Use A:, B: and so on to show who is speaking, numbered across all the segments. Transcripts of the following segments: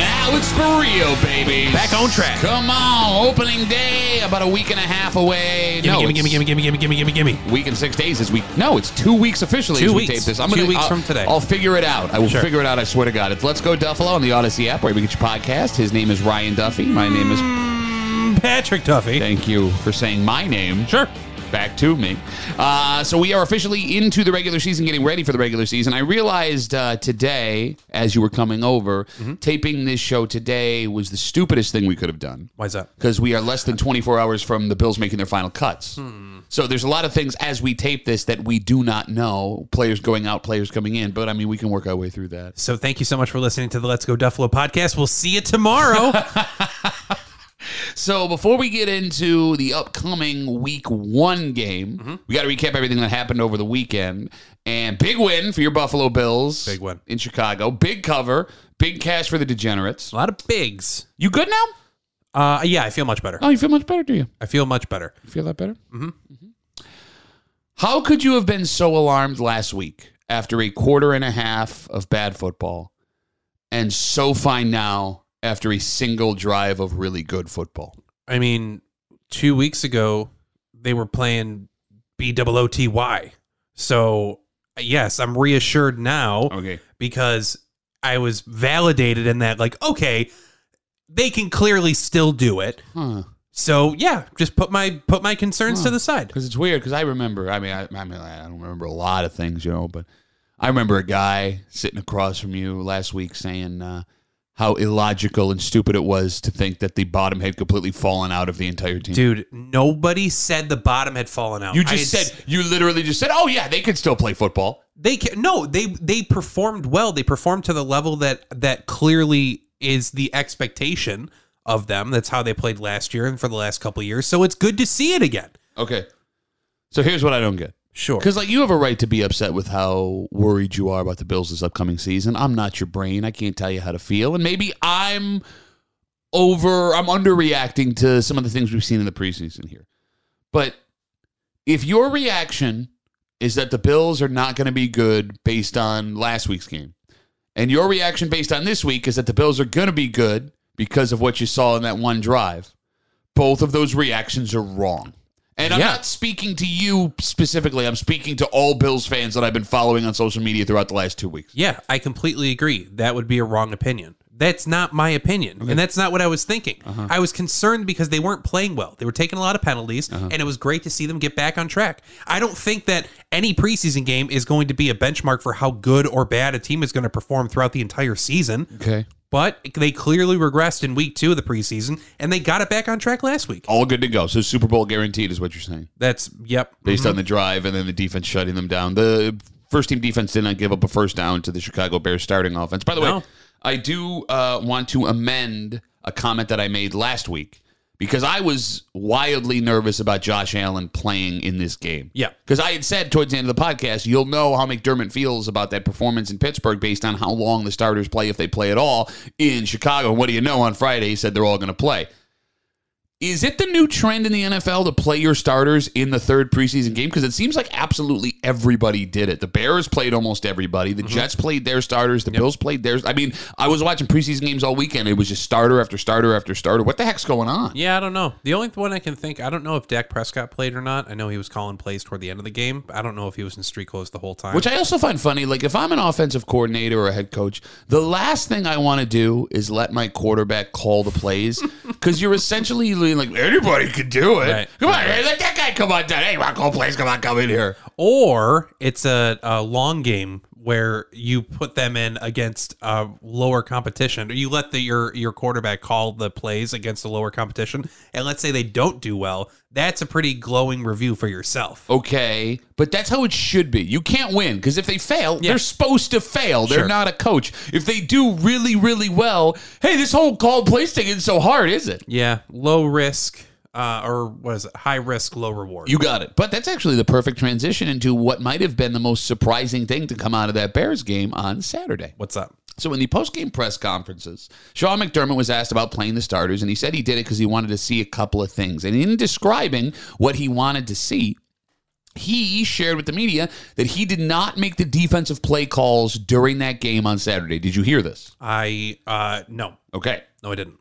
A: Now it's for real, baby.
B: Back on track.
A: Come on, opening day, about a week and a half away.
B: Gimme,
A: no,
B: gimme,
A: it's
B: gimme, gimme, gimme, gimme, gimme, gimme, gimme.
A: week and six days is week. No, it's two weeks officially.
B: Two
A: as
B: weeks.
A: We tape this. I'm
B: Two
A: gonna,
B: weeks
A: I'll-
B: from today.
A: I'll figure it out. I will
B: Sure.
A: figure it out. I swear to God. It's Let's Go Duffalo on the Odyssey app, where we get your podcast. His name is Ryan Duffy. My name is. Mm,
B: Patrick Duffy.
A: Thank you for saying my name.
B: Sure.
A: Back to me. Uh, so we are officially into the regular season, getting ready for the regular season. I realized uh, today, as you were coming over, taping this show today was the stupidest thing we could have done
B: Why's that?
A: because we are less than 24 hours from the Bills making their final cuts. So there's a lot of things as we tape this that we do not know. Players going out, players coming in, but I mean we can work our way through that.
B: So thank you so much for listening to the Let's Go Duffalo podcast. We'll see you tomorrow.
A: So before we get into the upcoming Week One game, we got to recap everything that happened over the weekend. And big win for your Buffalo Bills.
B: Big win.
A: in Chicago. Big cover. Big cash for the degenerates.
B: a lot of bigs.
A: You good now?
B: Uh, yeah, I feel much better.
A: Oh, you feel much better, do you?
B: I feel much better.
A: You feel that better? Mm-hmm. How could you have been so alarmed last week after a quarter and a half of bad football and so fine now after a single drive of really good football?
B: I mean, two weeks ago they were playing B double O T Y. So yes, I'm reassured now
A: Okay.
B: because I was validated in that. Like, okay, they can clearly still do it.
A: Huh.
B: So yeah, just put my put my concerns to the side.
A: Because it's weird. Because I remember. I mean, I, I mean, I don't remember a lot of things, you know. But I remember a guy sitting across from you last week saying uh, how illogical and stupid it was to think that the bottom had completely fallen out of the entire team.
B: Dude, nobody said the bottom had fallen out.
A: you
B: I
A: just
B: had s-
A: said you literally just said, "Oh yeah, they could still play football."
B: they can, no, they they performed well. They performed to the level that that clearly is the expectation of them. That's how they played last year and for the last couple of years. So it's good to see it again.
A: Okay. So here's what I don't get.
B: Sure.
A: Because like you have a right to be upset with how worried you are about the Bills this upcoming season. I'm not your brain. I can't tell you how to feel. And maybe I'm over. I'm underreacting to some of the things we've seen in the preseason here. But if your reaction is that the Bills are not going to be good based on last week's game, and your reaction based on this week is that the Bills are going to be good because of what you saw in that one drive, both of those reactions are wrong. And I'm
B: Yeah.
A: not speaking to you specifically. I'm speaking to all Bills fans that I've been following on social media throughout the last two weeks.
B: Yeah, I completely agree. That would be a wrong opinion. That's not my opinion. And that's not what I was thinking. I was concerned because they weren't playing well. They were taking a lot of penalties, and it was great to see them get back on track. I don't think that any preseason game is going to be a benchmark for how good or bad a team is going to perform throughout the entire season.
A: Okay.
B: But they clearly regressed in week two of the preseason, and they got it back on track last week.
A: All good to go. So Super Bowl guaranteed is what you're saying.
B: That's, yep.
A: based on the drive and then the defense shutting them down. The first team defense did not give up a first down to the Chicago Bears starting offense. By the
B: No.
A: way, I do uh, want to amend a comment that I made last week because I was wildly nervous about Josh Allen playing in this game.
B: Yeah.
A: Because I had said towards the end of the podcast, you'll know how McDermott feels about that performance in Pittsburgh based on how long the starters play, if they play at all, in Chicago. And what do you know? On Friday, he said they're all going to play. Is it the new trend in the NFL to play your starters in the third preseason game? Because it seems like absolutely everybody did it. The Bears played almost everybody.
B: Mm-hmm.
A: The Jets played their starters. The Bills played theirs. I mean, I was watching preseason games all weekend. It was just starter after starter after starter. What the heck's going on?
B: Yeah, I don't know. The only one I can think, I don't know if Dak Prescott played or not. I know he was calling plays toward the end of the game. I don't know if he was in street clothes the whole time.
A: Which I also find funny. Like, if I'm an offensive coordinator or a head coach, the last thing I want to do is let my quarterback call the plays because you're essentially like, anybody could do it.
B: Right.
A: Come on, hey, let that guy come on down. Hey, I'll call plays. Come on, come in here.
B: or it's a, a long game where you put them in against uh, lower competition. You let the, your your quarterback call the plays against the lower competition, and let's say they don't do well. That's a pretty glowing review for yourself.
A: okay, but that's how it should be. You can't win because if they fail,
B: Yeah.
A: they're supposed to fail. They're
B: Sure.
A: not a coach. If they do really, really well, hey, this whole call place thing isn't so hard, is it?
B: Yeah, low risk uh, or what is it? High risk, low reward.
A: You got it. But that's actually the perfect transition into what might have been the most surprising thing to come out of that Bears game on Saturday.
B: What's up?
A: So in the post-game press conferences, Sean McDermott was asked about playing the starters, and he said he did it because he wanted to see a couple of things. And in describing what he wanted to see, He shared with the media that he did not make the defensive play calls during that game on Saturday. Did you hear this?
B: I uh no.
A: Okay.
B: No, I didn't.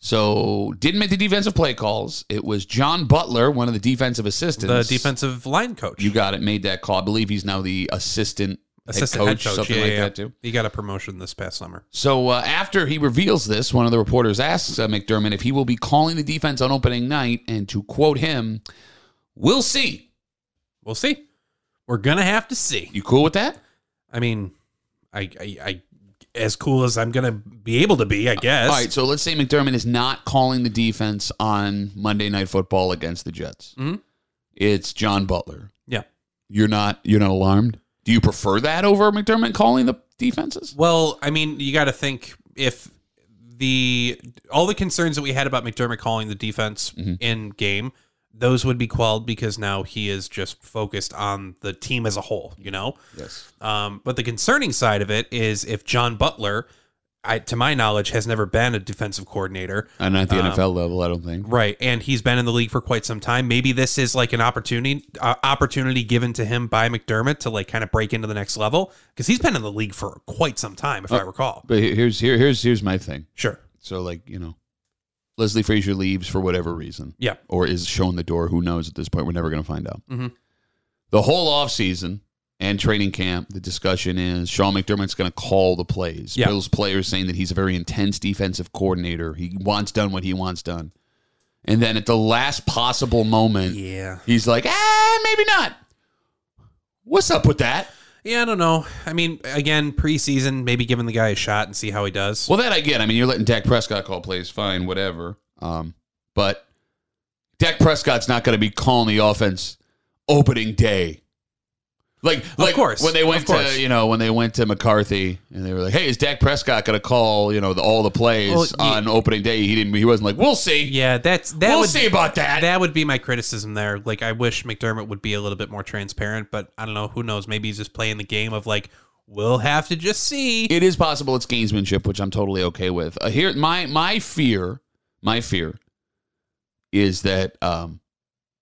A: So didn't make the defensive play calls. It was John Butler, one of the defensive
B: The
A: assistants.
B: defensive line coach.
A: You got it. Made that call. I believe he's now the assistant,
B: assistant
A: head coach, something
B: Yeah,
A: like
B: yeah,
A: that
B: yeah.
A: too.
B: He got a promotion this past summer.
A: So uh, after he reveals this, one of the reporters asks uh, McDermott if he will be calling the defense on opening night, and to quote him, "We'll see."
B: We'll see. We're gonna have to see.
A: You cool with that?
B: I mean, I, I, I as cool as I'm gonna be able to be, I guess.
A: All right. So let's say McDermott is not calling the defense on Monday Night Football against the Jets.
B: Mhm.
A: It's John Butler.
B: Yeah.
A: You're not. You're not alarmed. Do you prefer that over McDermott calling the defenses?
B: Well, I mean, you got to think if the all the concerns that we had about McDermott calling the defense
A: Mm-hmm.
B: in game, those would be quelled because now he is just focused on the team as a whole. You know.
A: Yes.
B: Um, but the concerning side of it is if John Butler, I, to my knowledge, has never been a defensive coordinator.
A: And at the NFL level, I don't think.
B: Right, and he's been in the league for quite some time. Maybe this is like an opportunity uh, opportunity given to him by McDermott to like kind of break into the next level because he's been in the league for quite some time,
A: Oh.
B: if I recall.
A: But here- here's here here's here's my thing.
B: Sure.
A: So like you know, Leslie Frazier leaves for whatever reason.
B: Yeah.
A: or is shown the door. Who knows at this point? We're never going to find out.
B: Mhm.
A: The whole offseason and training camp, the discussion is Sean McDermott's going to call the plays.
B: Yeah.
A: Bill's players saying that he's a very intense defensive coordinator. He wants done what he wants done. And then at the last possible moment,
B: Yeah.
A: he's like, ah, maybe not. What's up with that?
B: Yeah, I don't know. I mean, again, preseason, maybe giving the guy a shot and see how he does.
A: Well, that I get. I mean, you're letting Dak Prescott call plays, fine, whatever. Um, but Dak Prescott's not going to be calling the offense opening day. Like, like
B: course.
A: when they
B: Of
A: went
B: course.
A: to you know when they went to McCarthy and they were like, hey, is Dak Prescott going to call you know the, all the plays
B: Well, yeah.
A: on opening day? He didn't. He wasn't like, we'll see.
B: Yeah, that's that
A: we'll
B: would
A: see about that.
B: that would be my criticism there. Like I wish McDermott would be a little bit more transparent, but I don't know, who knows? Maybe he's just playing the game of like we'll have to just see.
A: It is possible it's gamesmanship, which I'm totally okay with. Uh, here, my my fear, my fear, is that um,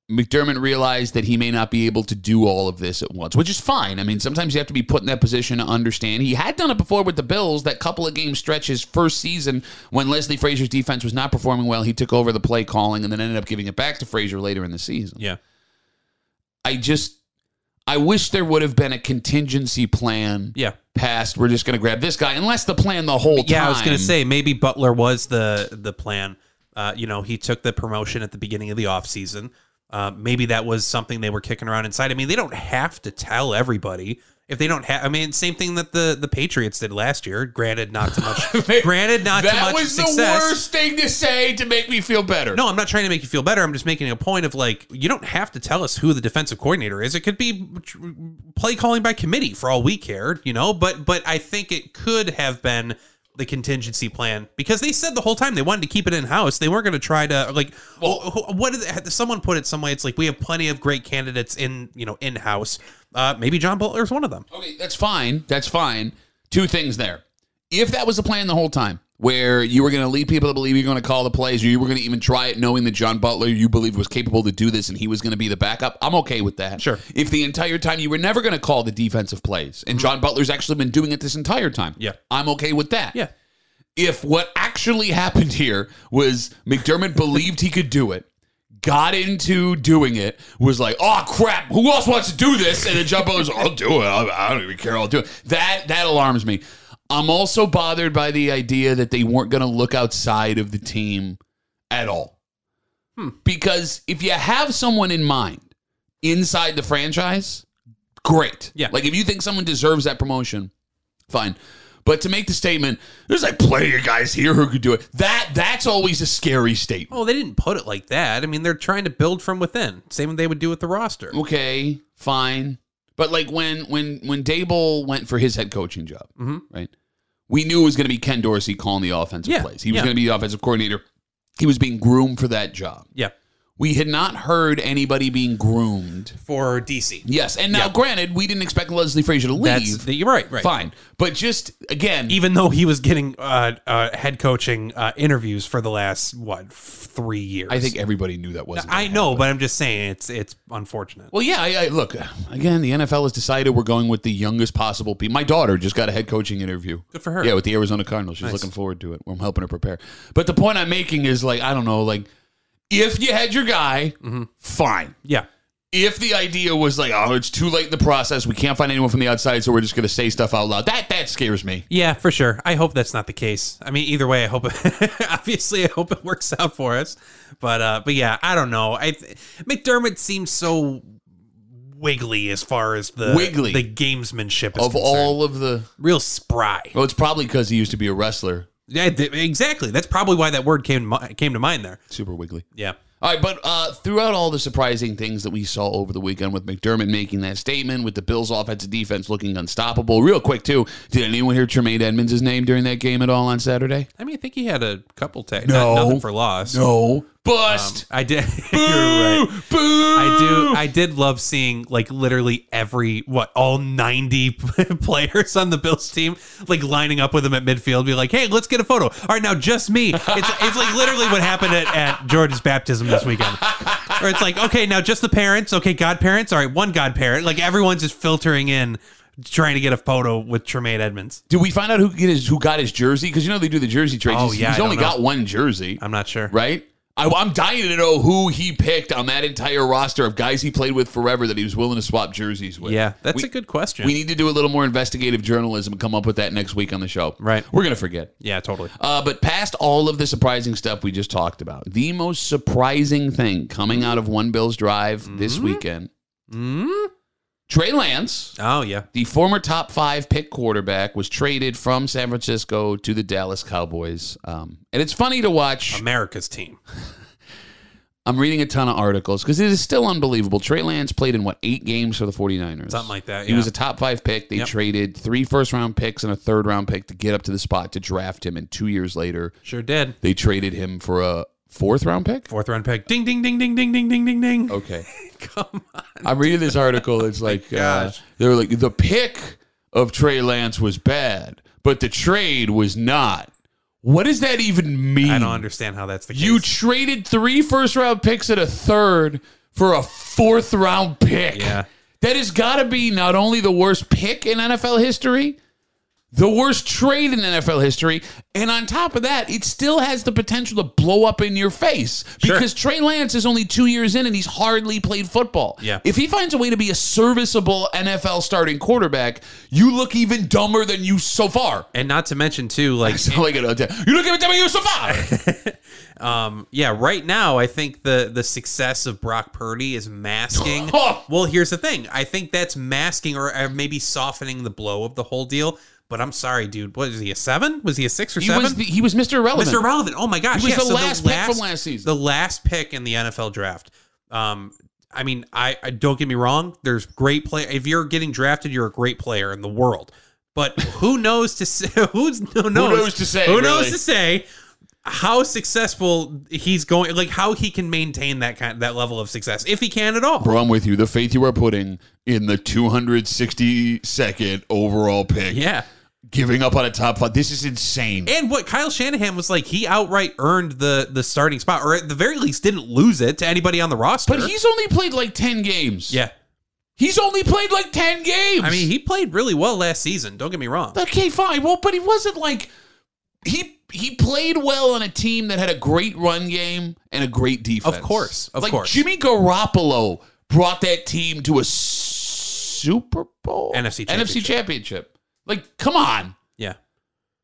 A: McDermott realized that he may not be able to do all of this at once, which is fine. I mean, sometimes you have to be put in that position to understand. He had done it before with the Bills, that couple of game stretches first season when Leslie Frazier's defense was not performing well. He took over the play calling and then ended up giving it back to Frazier later in the season.
B: Yeah.
A: I just, I wish there would have been a contingency plan
B: Yeah.
A: past we're just going to grab this guy unless the plan the whole time
B: Yeah, I was gonna say maybe Butler was the the plan. Uh, you know, he took the promotion at the beginning of the offseason. Uh, maybe that was something they were kicking around inside. I mean, they don't have to tell everybody if they don't have. I mean, same thing that the the Patriots did last year. Granted, not too much. granted, not too
A: that
B: much
A: was
B: success.
A: the worst thing to say to make me feel better
B: No, I'm not trying to make you feel better. I'm just making a point of like you don't have to tell us who the defensive coordinator is. It could be tr- play calling by committee for all we care, you know. But but I think it could have been the contingency plan because they said the whole time they wanted to keep it in house. They weren't going to try to like. Well, what did they- someone put it some way? It's like we have plenty of great candidates in you know in house. Uh, maybe John Butler is one of them.
A: okay that's fine that's fine two things there if that was the plan the whole time where you were going to lead people to believe you're going to call the plays or you were going to even try it knowing that john butler you believed was capable to do this and he was going to be the backup i'm okay with that
B: Sure.
A: if the entire time you were never going to call the defensive plays and john butler's actually been doing it this entire time
B: Mm-hmm. Yeah.
A: i'm okay with that
B: Yeah,
A: if what actually happened here was McDermott believed he could do it, got into doing it, was like, "Oh crap, who else wants to do this?" and then Jumbo was, "I'll do it. I, I don't even care. I'll do it." That that alarms me. I'm also bothered by the idea that they weren't going to look outside of the team at all, because if you have someone in mind inside the franchise, great.
B: Yeah.
A: like if you think someone deserves that promotion fine. But to make the statement, there's like plenty of guys here who could do it. That that's always a scary statement.
B: Well, they didn't put it like that. I mean, they're trying to build from within, same they would do with the roster.
A: Oh, Okay, fine. But like when when when Dable went for his head coaching job,
B: Mhm.
A: right? We knew it was going to be Ken Dorsey calling the offensive
B: Yeah,
A: plays. He was
B: yeah.
A: going to be the offensive coordinator. He was being groomed for that job.
B: Yeah,
A: We had not heard anybody being groomed.
B: for DC.
A: Yes, and now granted, we didn't expect Leslie Frazier to
B: That's
A: leave.
B: the, you're right, right.
A: Fine, but just again,
B: Even though he was getting uh, uh, head coaching uh, interviews for the last what f- three years,
A: I think everybody knew that wasn't.
B: I know, but I'm just saying it's it's unfortunate.
A: Well, yeah. I, I, look, again, the NFL has decided we're going with the youngest possible people. My daughter just got a head coaching interview.
B: Good for her.
A: Yeah, with the Arizona Cardinals. She's looking forward to it. I'm helping her prepare. But the point I'm making is like, I don't know, like, if you had your guy,
B: Mm-hmm.
A: fine.
B: Yeah,
A: If the idea was like, oh, it's too late in the process, we can't find anyone from the outside, so we're just going to say stuff out loud. That that scares me.
B: yeah, for sure. I hope that's not the case. I mean, either way, I hope. obviously, I hope it works out for us. But uh, but yeah, I don't know. I th- McDermott seems so wiggly as far as the
A: Wiggly.
B: the gamesmanship is
A: Of all of the,
B: real spry.
A: well, it's probably because he used to be a wrestler,
B: Yeah, th- exactly. That's probably why that word came to mi- came to mind there.
A: super wiggly.
B: Yeah.
A: All right, but uh, throughout all the surprising things that we saw over the weekend with McDermott making that statement, with the Bills' offensive defense looking unstoppable, real quick, too, did anyone hear Tremaine Edmonds' name during that game at all on Saturday?
B: I mean, I think he had a couple tags.
A: No.
B: Not, nothing for loss.
A: No. Bust!
B: I did. Um, You're right.
A: Boo! Boo!
B: I do. I did love seeing like literally every what all ninety players on the Bills team like lining up with him at midfield, be like, "Hey, let's get a photo." All right, now just me. It's it's like literally what happened at, at George's baptism this weekend. Or it's like, okay, now just the parents. Okay, godparents. All right, one godparent. Like everyone's just filtering in, trying to get a photo with Tremaine Edmonds.
A: Did we find out who, get his, who got his jersey? Because you know they do the jersey trades.
B: Oh,
A: he's,
B: yeah,
A: he's
B: I
A: only
B: don't know.
A: got one jersey,
B: I'm not sure.
A: right? I, I'm dying to know who he picked on that entire roster of guys he played with forever that he was willing to swap jerseys with.
B: Yeah, that's
A: We-
B: a good question.
A: We need to do a little more investigative journalism and come up with that next week on the show.
B: Right.
A: We're going to forget.
B: yeah, totally.
A: Uh, but past all of the surprising stuff we just talked about, the most surprising thing coming out of One Bills Drive this
B: Mm-hmm.
A: weekend Trey Lance,
B: Oh yeah.
A: the former top five pick quarterback, was traded from San Francisco to the Dallas Cowboys. Um, and it's funny to watch.
B: America's team.
A: I'm reading a ton of articles because it is still unbelievable. Trey Lance played in, what, eight games for the 49ers?
B: Something like that. Yeah.
A: He was a top five pick. They
B: Yep.
A: traded three first round picks and a third round pick to get up to the spot to draft him. And two years later,
B: sure did.
A: they traded him for a fourth round pick.
B: Fourth round pick. Ding ding ding ding ding ding ding ding ding.
A: Okay.
B: Come on.
A: I'm reading this article. It's like, uh,
B: gosh.
A: they were like, the pick of Trey Lance was bad, but the trade was not. What does that even mean?
B: I don't understand how that's the case.
A: You traded three first round picks and a third for a fourth round pick.
B: Yeah.
A: That has got to be not only the worst pick in NFL history, the worst trade in NFL history. And on top of that, it still has the potential to blow up in your face
B: Sure.
A: because Trey Lance is only two years in and he's hardly played football.
B: Yeah.
A: If he finds a way to be a serviceable NFL starting quarterback, you look even dumber than you so far.
B: and not to mention too, like
A: So like, you look even dumber than you so far.
B: um yeah, right now I think the the success of Brock Purdy is masking.
A: Oh.
B: well, here's the thing. I think that's masking or, or maybe softening the blow of the whole deal. But I'm sorry, dude. What is he a seven? Was he a six or
A: He
B: seven?
A: was, the, he was Mr. Irrelevant.
B: Mr. Relevant. Oh my gosh,
A: He was
B: yeah,
A: the
B: so
A: last pick from last season.
B: The last pick in the NFL draft. Um, I mean, I, I don't get me wrong. There's great play. If you're getting drafted, you're a great player in the world. But who knows to say? Who's who knows,
A: knows to say,
B: Who knows
A: really?
B: to say? How successful he's going? Like how he can maintain that kind that level of success if he can at all.
A: Bro, I'm with you. The faith you are putting in the 262nd overall pick,
B: Yeah.
A: giving up on a top five. This is insane.
B: And what Kyle Shanahan was like, he outright earned the the starting spot, or at the very least, didn't lose it to anybody on the roster.
A: but he's only played like 10 games.
B: yeah,
A: He's only played like 10 games.
B: I mean, he played really well last season. Don't get me wrong.
A: okay, fine. Well, but he wasn't like. He he played well on a team that had a great run game and a great defense.
B: Of course, of
A: like
B: course.
A: Jimmy Garoppolo brought that team to a Super Bowl,
B: NFC
A: NFC Championship. Like, come on.
B: Yeah,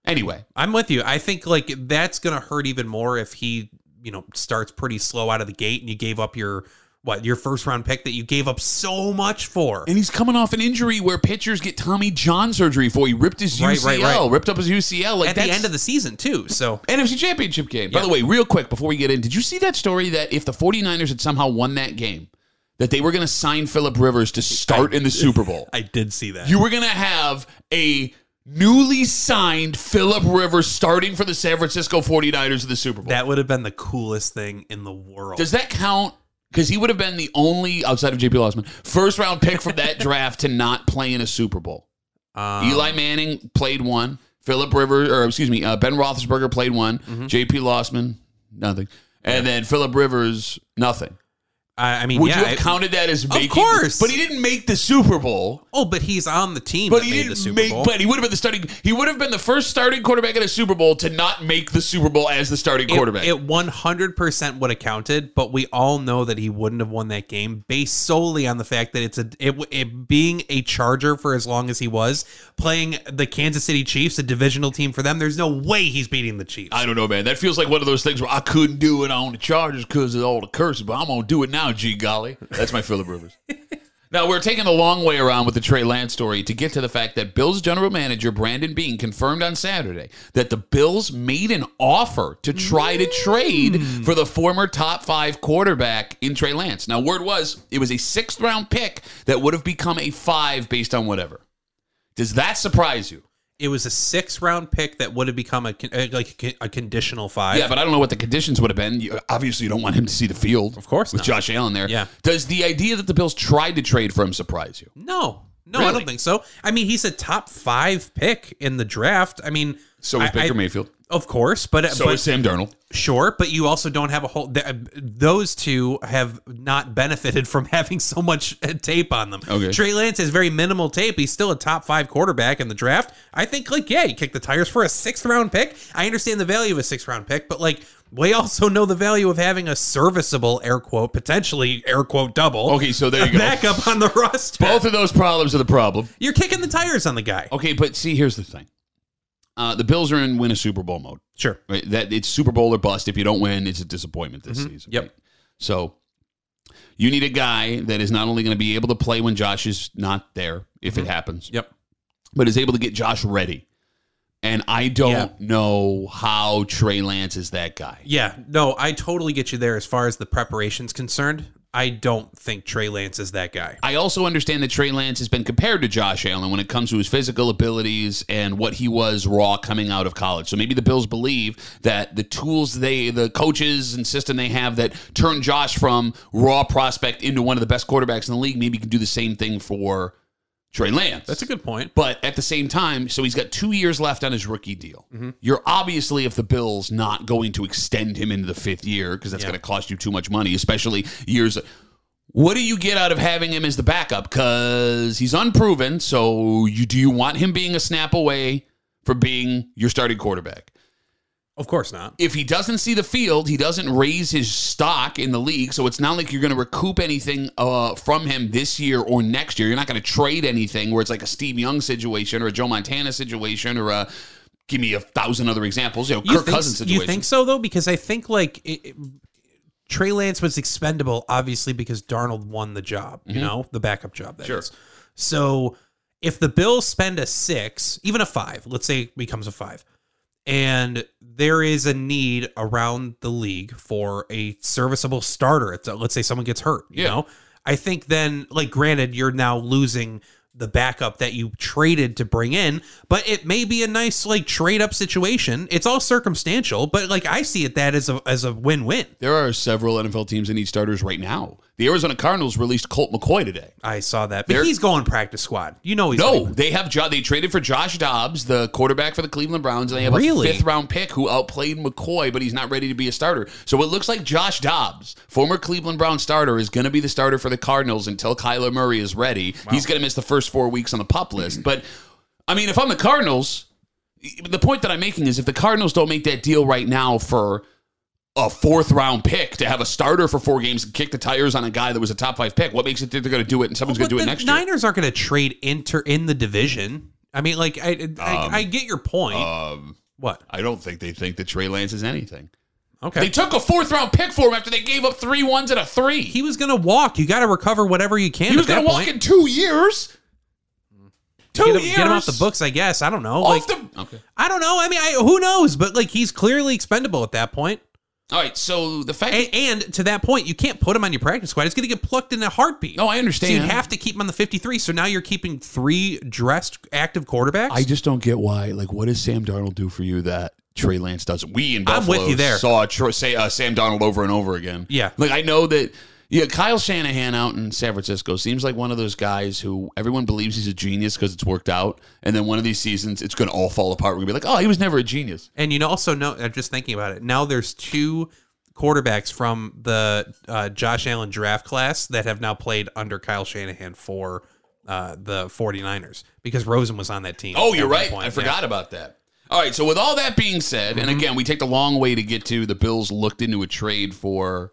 A: Anyway,
B: I'm with you. I think like that's gonna hurt even more if he, you know, starts pretty slow out of the gate and you gave up your what your first round pick that you gave up so much for.
A: And he's coming off an injury where pitchers get Tommy John surgery for. He ripped his
B: Right,
A: UCL,
B: right, right.
A: ripped up his UCL. Like
B: At the end of the season too. So
A: NFC Championship game. By the way, real quick before we get in, did you see that story that if the 49ers had somehow won that game, that they were going to sign Philip Rivers to start in the Super Bowl?
B: I did see that.
A: You were going to have a newly signed Philip Rivers starting for the San Francisco 49ers in the Super Bowl.
B: that would have been the coolest thing in the world.
A: Does that count because he would have been the only outside of JP Lossman first round pick from that draft to not play in a Super Bowl.
B: Um,
A: Eli Manning played one. Philip Rivers, or excuse me, uh, Ben Roethlisberger played one.
B: Mm-hmm.
A: J.P. Lossman, nothing, and then Philip Rivers, nothing.
B: I, I mean,
A: Would
B: yeah.
A: you have
B: I-
A: counted that as making?
B: course.
A: but he didn't make the Super Bowl.
B: oh, but he's on the team.
A: But
B: that
A: he
B: made
A: didn't
B: the Super
A: make.
B: Bowl.
A: But he would have been the starting. He would have been the first starting quarterback in a Super Bowl to not make the Super Bowl as the starting
B: It-
A: quarterback.
B: It one hundred percent would have counted, but we all know that he wouldn't have won that game based solely on the fact that it's a it, w- it being a Charger for as long as he was playing the Kansas City Chiefs, a divisional team for them. There's no way he's beating the Chiefs.
A: I don't know, man. That feels like one of those things where I couldn't do it on the Chargers because of all the curses, but I'm gonna do it now. Gee golly, that's my Philip Rivers. Now we're taking the long way around with the Trey Lance story to get to the fact that Bills general manager Brandon Bean confirmed on Saturday that the Bills made an offer to try to trade for the former top five quarterback in Trey Lance. Now word was it was a sixth round pick that would have become a five based on whatever. Does that surprise you?
B: it was a six round pick that would have become a con- uh, like a, con- a conditional five.
A: Yeah, but I don't know what the conditions would have been. You, obviously, you don't want him to see the field. Of
B: course
A: with
B: not.
A: Josh Allen there.
B: Yeah.
A: Does the idea that the Bills tried to trade for him surprise you?
B: no, no, I
A: Really?
B: don't think so. I mean, he's a top five pick in the draft. I mean,
A: So is
B: I-
A: Baker
B: I-
A: Mayfield.
B: Of course, but
A: So
B: but
A: is Sam Darnold.
B: Sure, but you also don't have a whole. Th- those two have not benefited from having so much uh, tape on them.
A: Okay.
B: Trey Lance has very minimal tape. He's still a top five quarterback in the draft. I think, like, yeah, you kick the tires for a sixth round pick. I understand the value of a sixth round pick, but like, we also know the value of having a serviceable air quote, potentially air quote double
A: Okay, so there you go.
B: backup on the roster.
A: Both of those problems are the problem.
B: You're kicking the tires on the guy.
A: Okay, but see, here's the thing. Uh, the Bills are in win a Super Bowl mode.
B: Sure.
A: Right? That it's Super Bowl or bust. If you don't win, it's a disappointment this season.
B: Mm-hmm. Yep.
A: right? So you need a guy that is not only going to be able to play when Josh is not there, if
B: Mm-hmm.
A: it happens,
B: Yep.
A: but is able to get Josh ready. And I don't
B: Yeah.
A: know how Trey Lance is that guy.
B: Yeah, no, I totally get you there as far as the preparation's concerned. I don't think Trey Lance is that guy.
A: I also understand that Trey Lance has been compared to Josh Allen when it comes to his physical abilities and what he was raw coming out of college. So maybe the Bills believe that the tools they, the coaches and system they have that turn Josh from raw prospect into one of the best quarterbacks in the league, maybe can do the same thing for Trey Lance.
B: That's a good point.
A: But at the same time, so he's got two years left on his rookie deal. You're obviously, if the Bills not going to extend him into the fifth year because that's
B: Yeah.
A: going to cost you too much money, especially years. What do you get out of having him as the backup? Because he's unproven. So you do you want him being a snap away for being your starting quarterback?
B: Of course not.
A: if he doesn't see the field, he doesn't raise his stock in the league. So it's not like you're going to recoup anything uh, from him this year or next year. You're not going to trade anything where it's like a Steve Young situation or a Joe Montana situation or a give me a thousand other examples. You know,
B: You
A: Kirk
B: think,
A: Cousins
B: you
A: situation.
B: think so though? Because I think like it, it- Trey Lance was expendable, obviously, because Darnold won the job. You know, the backup job. That
A: Mm-hmm. Sure.
B: is. So if the Bills spend a six, even a five, let's say it becomes a five, and there is a need around the league for a serviceable starter. It's- Let's say someone gets hurt, you
A: Yeah.
B: know. I think then, like, granted, you're now losing the backup that you traded to bring in, but it may be a nice like trade up situation. It's all circumstantial, but like I see it that as a as a win win.
A: There are several NFL teams that need starters right now. The Arizona Cardinals released Colt McCoy today.
B: I saw that, but
A: There-
B: he's going practice squad. You know he's
A: No,
B: leaving.
A: they have jo- they traded for Josh Dobbs, the quarterback for the Cleveland Browns, and they have
B: Really?
A: a fifth round pick who outplayed McCoy, but he's not ready to be a starter. So it looks like Josh Dobbs, former Cleveland Brown starter, is going to be the starter for the Cardinals until Kyler Murray is ready. He's going to miss the first four weeks on the pup list. But I mean, if I'm the Cardinals, the point that I'm making is if the Cardinals don't make that deal right now for a fourth round pick to have a starter for four games and kick the tires on a guy that was a top five pick, what makes it think they're going to do it and someone's going
B: But
A: to do
B: the
A: it next year?
B: Niners aren't going to trade inter in the division. I mean, like I I, I get your point.
A: Um,
B: what?
A: I don't think they think that Trey Lance is anything.
B: Okay.
A: They took a fourth round pick for him after they gave up three ones and a three. He,
B: he was going to walk. You got to recover whatever you can.
A: was going to walk in two years. Two
B: Get him,
A: years.
B: get him off the books, I guess. I don't know.
A: Off
B: Like
A: the- okay.
B: I don't know. I mean, I, who knows? But like he's clearly expendable at that point.
A: All right. So the fact.
B: And, and to that point, you can't put him on your practice squad. He's going to get plucked in a heartbeat.
A: no, I
B: so you
A: understand.
B: have to keep him on the 53. So now you're keeping three dressed active quarterbacks.
A: I just don't get why. Like, what does Sam Darnold do for you that Trey Lance doesn't? We in
B: I'm with
A: Buffalo
B: you there.
A: saw Troy, say, uh, Sam Darnold over and over again.
B: Yeah.
A: Like I know that Yeah, Kyle Shanahan out in San Francisco seems like one of those guys who everyone believes he's a genius because it's worked out, and then one of these seasons it's going to all fall apart. We're going to be like, oh, he was never a genius.
B: And you know, also know, I'm just thinking about it now. There's two quarterbacks from the uh, Josh Allen draft class that have now played under Kyle Shanahan for uh, the 49ers because Rosen was on that team.
A: Oh, you're
B: at one
A: right.
B: point.
A: I
B: Yeah.
A: forgot about that. All right. So with all that being said, and again, we take the long way to get to the Bills looked into a trade for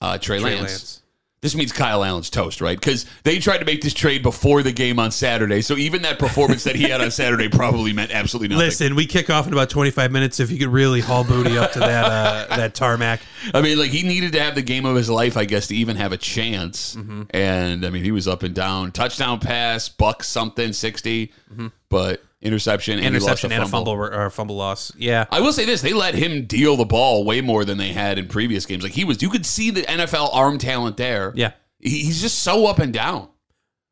A: uh, Trey,
B: Trey
A: Lance.
B: Lance.
A: This means Kyle Allen's toast, right? Because they tried to make this trade before the game on Saturday. So even that performance that he had on Saturday probably meant absolutely nothing.
B: Listen, we kick off in about 25 minutes. If you could really haul booty up to that uh, that tarmac,
A: I mean, like he needed to have the game of his life, I guess, to even have a chance.
B: Mm-hmm.
A: And I mean, he was up and down, touchdown pass, buck something, 60 but interception, and he lost
B: Mm-hmm. interception and a fumble or a fumble loss. Yeah,
A: I will say this: they let him deal the ball way more than they had in previous games. Like he was, you could see the NFL arm talent there.
B: yeah,
A: He- he's just so up and down,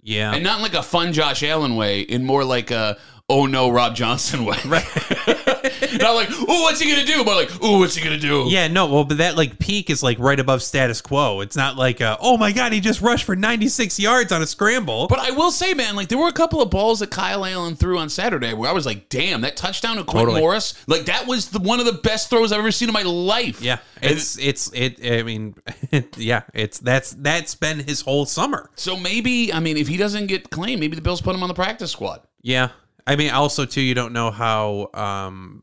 B: yeah.
A: and not in like a fun Josh Allen way, in more like a oh no Rob Johnson way. Right. not like oh what's he gonna do, but like oh what's he gonna do?
B: Yeah, no, well, but that like peak is like right above status quo. It's not like, uh, oh my god, he just rushed for 96 yards on a scramble.
A: But I will say, man, like there were a couple of balls that Kyle Allen threw on Saturday where I was like, damn, that touchdown to Quentin
B: Totally.
A: Morris, like that was the, one of the best throws I've ever seen in my life.
B: yeah,
A: And
B: it's it's it. I mean, yeah, it's that's that's been his whole summer.
A: so maybe, I mean, if he doesn't get claimed, maybe the Bills put him on the practice squad.
B: Yeah, I mean, also too, you don't know how um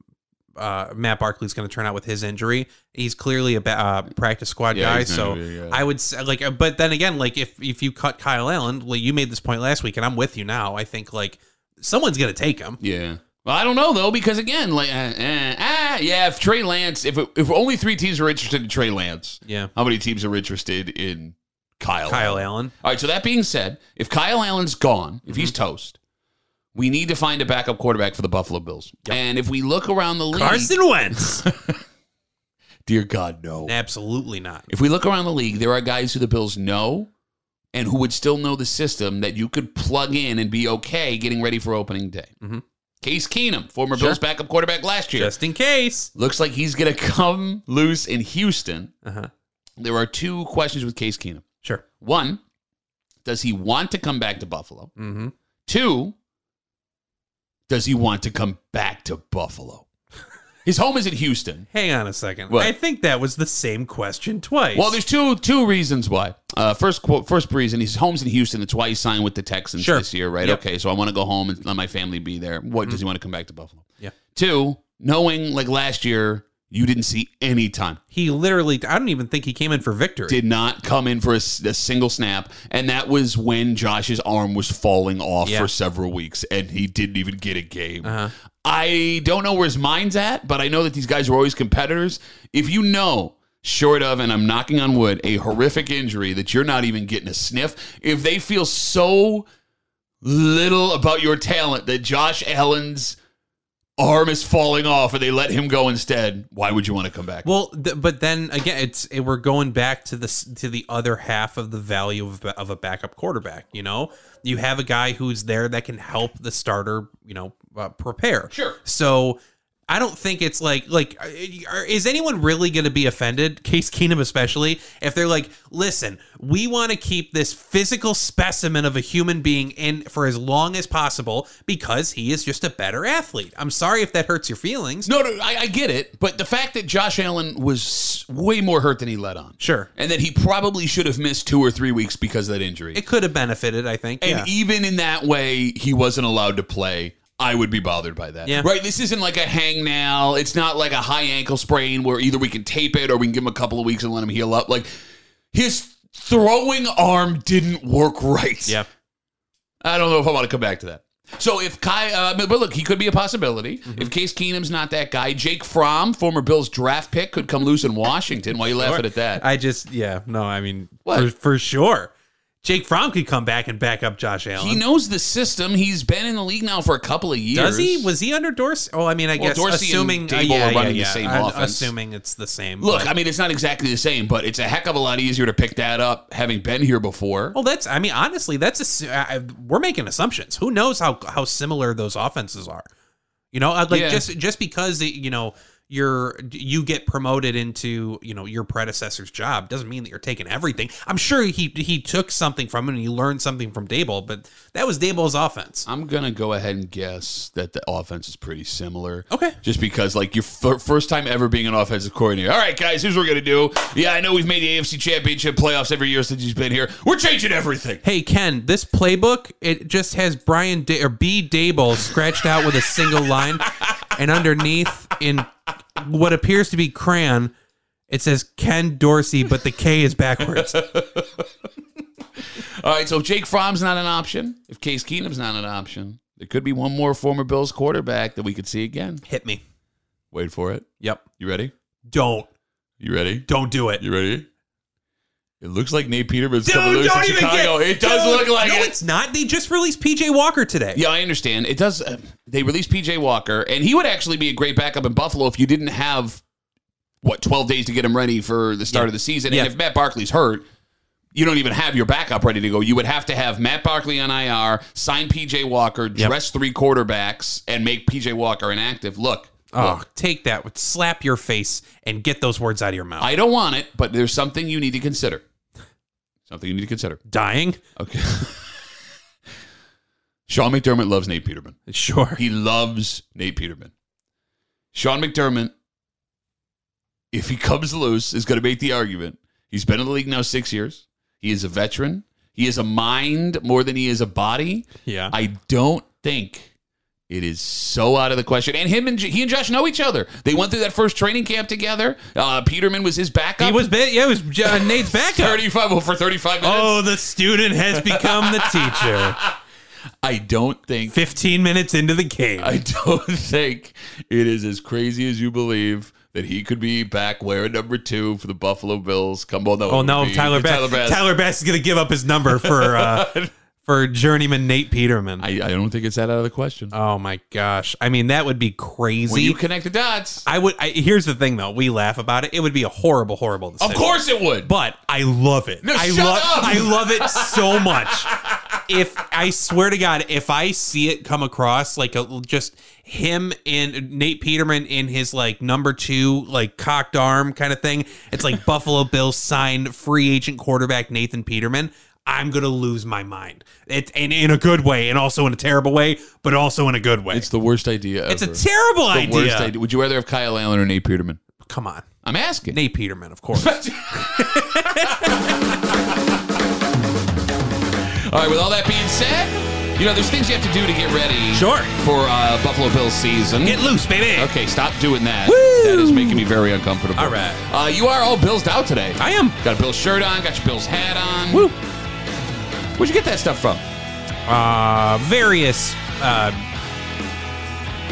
B: uh Matt Barkley's going to turn out with his injury. He's clearly a ba- uh, practice squad
A: Yeah,
B: guy,
A: he's
B: so
A: gonna be, yeah.
B: I would say like, uh, but then again, like if if you cut Kyle Allen, like you made this point last week, and I'm with you now. I think like someone's going to take him.
A: Yeah. Well, I don't know though because again, like, uh, eh, ah, yeah. If Trey Lance, if it, if only three teams were interested in Trey Lance,
B: Yeah.
A: how many teams are interested in Kyle?
B: Kyle Allen.
A: All right. So that being said, if Kyle Allen's gone, if
B: Mhm.
A: he's toast, we need to find a backup quarterback for the Buffalo Bills. And if we look around the league,
B: Carson Wentz.
A: dear God, no.
B: Absolutely not.
A: If we look around the league, there are guys who the Bills know and who would still know the system that you could plug in and be okay getting ready for opening day.
B: Mhm.
A: Case Keenum, former
B: Sure.
A: Bills backup quarterback last year.
B: Just in case.
A: Looks like he's going to come loose in Houston.
B: Uh-huh.
A: There are two questions with Case Keenum.
B: Sure.
A: One, does he want to come back to Buffalo?
B: Mm-hmm.
A: Two, does he want to come back to Buffalo? His home is in Houston.
B: Hang on a second.
A: What?
B: I think that was the same question twice.
A: Well, there's two two reasons why. Uh, first quote, first reason his home's in Houston. That's why he signed with the Texans
B: Sure.
A: this year, right?
B: Yep. Mm-hmm.
A: Okay, so I want to go home and let my family be there. What does he want to come back to Buffalo?
B: Yeah.
A: Two, knowing like last year, you didn't see any time.
B: he literally. I don't even think he came in for victory.
A: did not come in for a, s- a single snap, and that was when Josh's arm was falling off
B: Yeah.
A: for several weeks, and he didn't even get a game.
B: Uh-huh.
A: I don't know where his mind's at, but I know that these guys are always competitors. If you know, short of, and I'm knocking on wood, a horrific injury that you're not even getting a sniff, if they feel so little about your talent that Josh Allen's arm is falling off and they let him go instead, why would you want to come back?
B: Well, th- but then again, it's it, we're going back to this to the other half of the value of, of a backup quarterback. You know, you have a guy who's there that can help the starter. You know, uh, prepare.
A: Sure.
B: So. I don't think it's like like uh, are- is anyone really going to be offended, Case Keenum especially, if they're like, listen, we want to keep this physical specimen of a human being in for as long as possible because he is just a better athlete. I'm sorry if that hurts your feelings.
A: No, no, I, I get it, but the fact that Josh Allen was way more hurt than he let on,
B: Sure.
A: and that he probably should have missed two or three weeks because of that injury,
B: It could have benefited, I think.
A: and
B: yeah.
A: even in that way, he wasn't allowed to play. I would be bothered by that.
B: Yeah.
A: Right? This isn't like a hangnail. It's not like a high ankle sprain where either we can tape it or we can give him a couple of weeks and let him heal up. Like his throwing arm didn't work right.
B: Yeah.
A: I don't know if I want to come back to that. So if Kai, uh, but look, he could be a possibility.
B: Mm-hmm.
A: If Case Keenum's not that guy, Jake Fromm, former Bills draft pick, could come loose in Washington. Why are you laughing at that?
B: I just, yeah, no, I mean,
A: What?
B: For, for sure. Jake Fromm could come back and back up Josh Allen.
A: He knows the system. He's been in the league now for a couple of years.
B: Does he? Was he under Dorsey? Oh, I mean, I
A: Well,
B: guess
A: Dorsey and
B: assuming uh,
A: Dable
B: yeah,
A: are running the
B: yeah, yeah.
A: same
B: I'm
A: offense.
B: Assuming it's the same.
A: Look,
B: but-
A: I mean, it's not exactly the same, but it's a heck of a lot easier to pick that up having been here before.
B: well, that's. I mean, honestly, that's. A, I, we're making assumptions. Who knows how how similar those offenses are? You know, I'd like
A: Yeah.
B: just just because you know you're you get promoted into you know your predecessor's job doesn't mean that you're taking everything. I'm sure he he took something from him and he learned something from Dable, but that was Dable's offense.
A: I'm gonna go ahead and guess that the offense is pretty similar.
B: Okay.
A: Just because, like, your fir- first time ever being an offensive coordinator. All right, guys, here's what we're gonna do. Yeah, I know we've made the AFC Championship playoffs every year since he's been here. We're changing everything.
B: Hey Ken, this playbook it just has Brian da- or B Dable scratched out with a single line, and underneath in what appears to be crayon, it says Ken Dorsey, but the K is backwards.
A: All right, so if Jake Fromm's not an option, if Case Keenum's not an option, there could be one more former Bills quarterback that we could see again.
B: Hit me.
A: Wait for it.
B: Yep.
A: You ready?
B: Don't
A: You ready?
B: don't do it.
A: You ready? It looks like Nate Peterman's coming loose in Chicago. it does
B: Dude,
A: look like
B: no,
A: it.
B: it's not. They just released PJ Walker today.
A: Yeah, I understand. It does. Uh, they released PJ Walker, and he would actually be a great backup in Buffalo if you didn't have what twelve days to get him ready for the start
B: Yeah.
A: of the season.
B: Yeah.
A: And if Matt Barkley's hurt, you don't even have your backup ready to go. You would have to have Matt Barkley on IR, sign PJ Walker, dress three quarterbacks, and make PJ Walker inactive. Look,
B: Oh, take that. with Slap your face and get those words out of your mouth.
A: I don't want it, but there's something you need to consider. Something you need to consider.
B: Dying?
A: Okay. Sean McDermott loves Nate Peterman.
B: Sure.
A: He loves Nate Peterman. Sean McDermott, if he comes loose, is going to make the argument. He's been in the league now six years. He is a veteran. He is a mind more than he is a body.
B: Yeah.
A: I don't think it is so out of the question. And him and he and Josh know each other. They went through that first training camp together. Uh, Peterman was his backup.
B: he was bit. Yeah, it was uh, Nate's backup.
A: thirty-five well, for thirty-five minutes.
B: Oh, the student has become the teacher.
A: I don't think
B: 15 minutes into the game.
A: I don't think it is as crazy as you believe that he could be back wearing number two for the Buffalo Bills. Come on,
B: oh, no, Tyler Bass. Tyler
A: Tyler
B: Bass,
A: Bass.
B: is going to give up his number for uh, for journeyman Nate Peterman.
A: I, I don't think it's that out of the question.
B: oh, my gosh. I mean, that would be crazy.
A: when you connect the dots,
B: I would. I, here's the thing, though. We laugh about it. It would be a horrible, horrible
A: of
B: decision.
A: course it would.
B: but I love it.
A: No,
B: I
A: shut
B: love.
A: up!
B: I love it so much. If I swear to God, if I see it come across like a just him and Nate Peterman in his like number two like cocked arm kind of thing, it's like Buffalo Bills signed free agent quarterback Nathan Peterman. I'm gonna lose my mind. It and in a good way, and also in a terrible way, but also in a good way.
A: it's
B: It's,
A: the worst idea ever.
B: a terrible
A: The
B: idea.
A: worst idea. Would you rather have Kyle Allen or Nate Peterman?
B: Come on,
A: I'm asking.
B: Nate Peterman, of course.
A: All right, with all that being said, you know, there's things you have to do to get ready
B: Sure.
A: for uh, Buffalo Bills season.
B: Get loose, baby.
A: Okay, stop doing that.
B: Woo!
A: That is making me very uncomfortable.
B: All right.
A: Uh, you are all Bills out today.
B: I am.
A: Got a Bills shirt on, got your Bills hat on.
B: Woo.
A: Where'd you get that stuff from?
B: uh, various uh,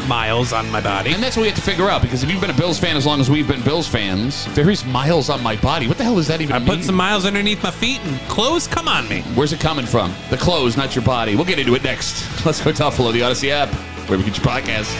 B: miles on my body.
A: And that's what we have to figure out because if you've been a Bills fan as long as we've been Bills fans, various miles on my body. What the hell does that even
B: I
A: mean?
B: put some miles underneath my feet and clothes come on me.
A: Where's it coming from? The clothes, not your body. We'll get into it next. Let's go Buffalo, the Odyssey app, where we get your podcast.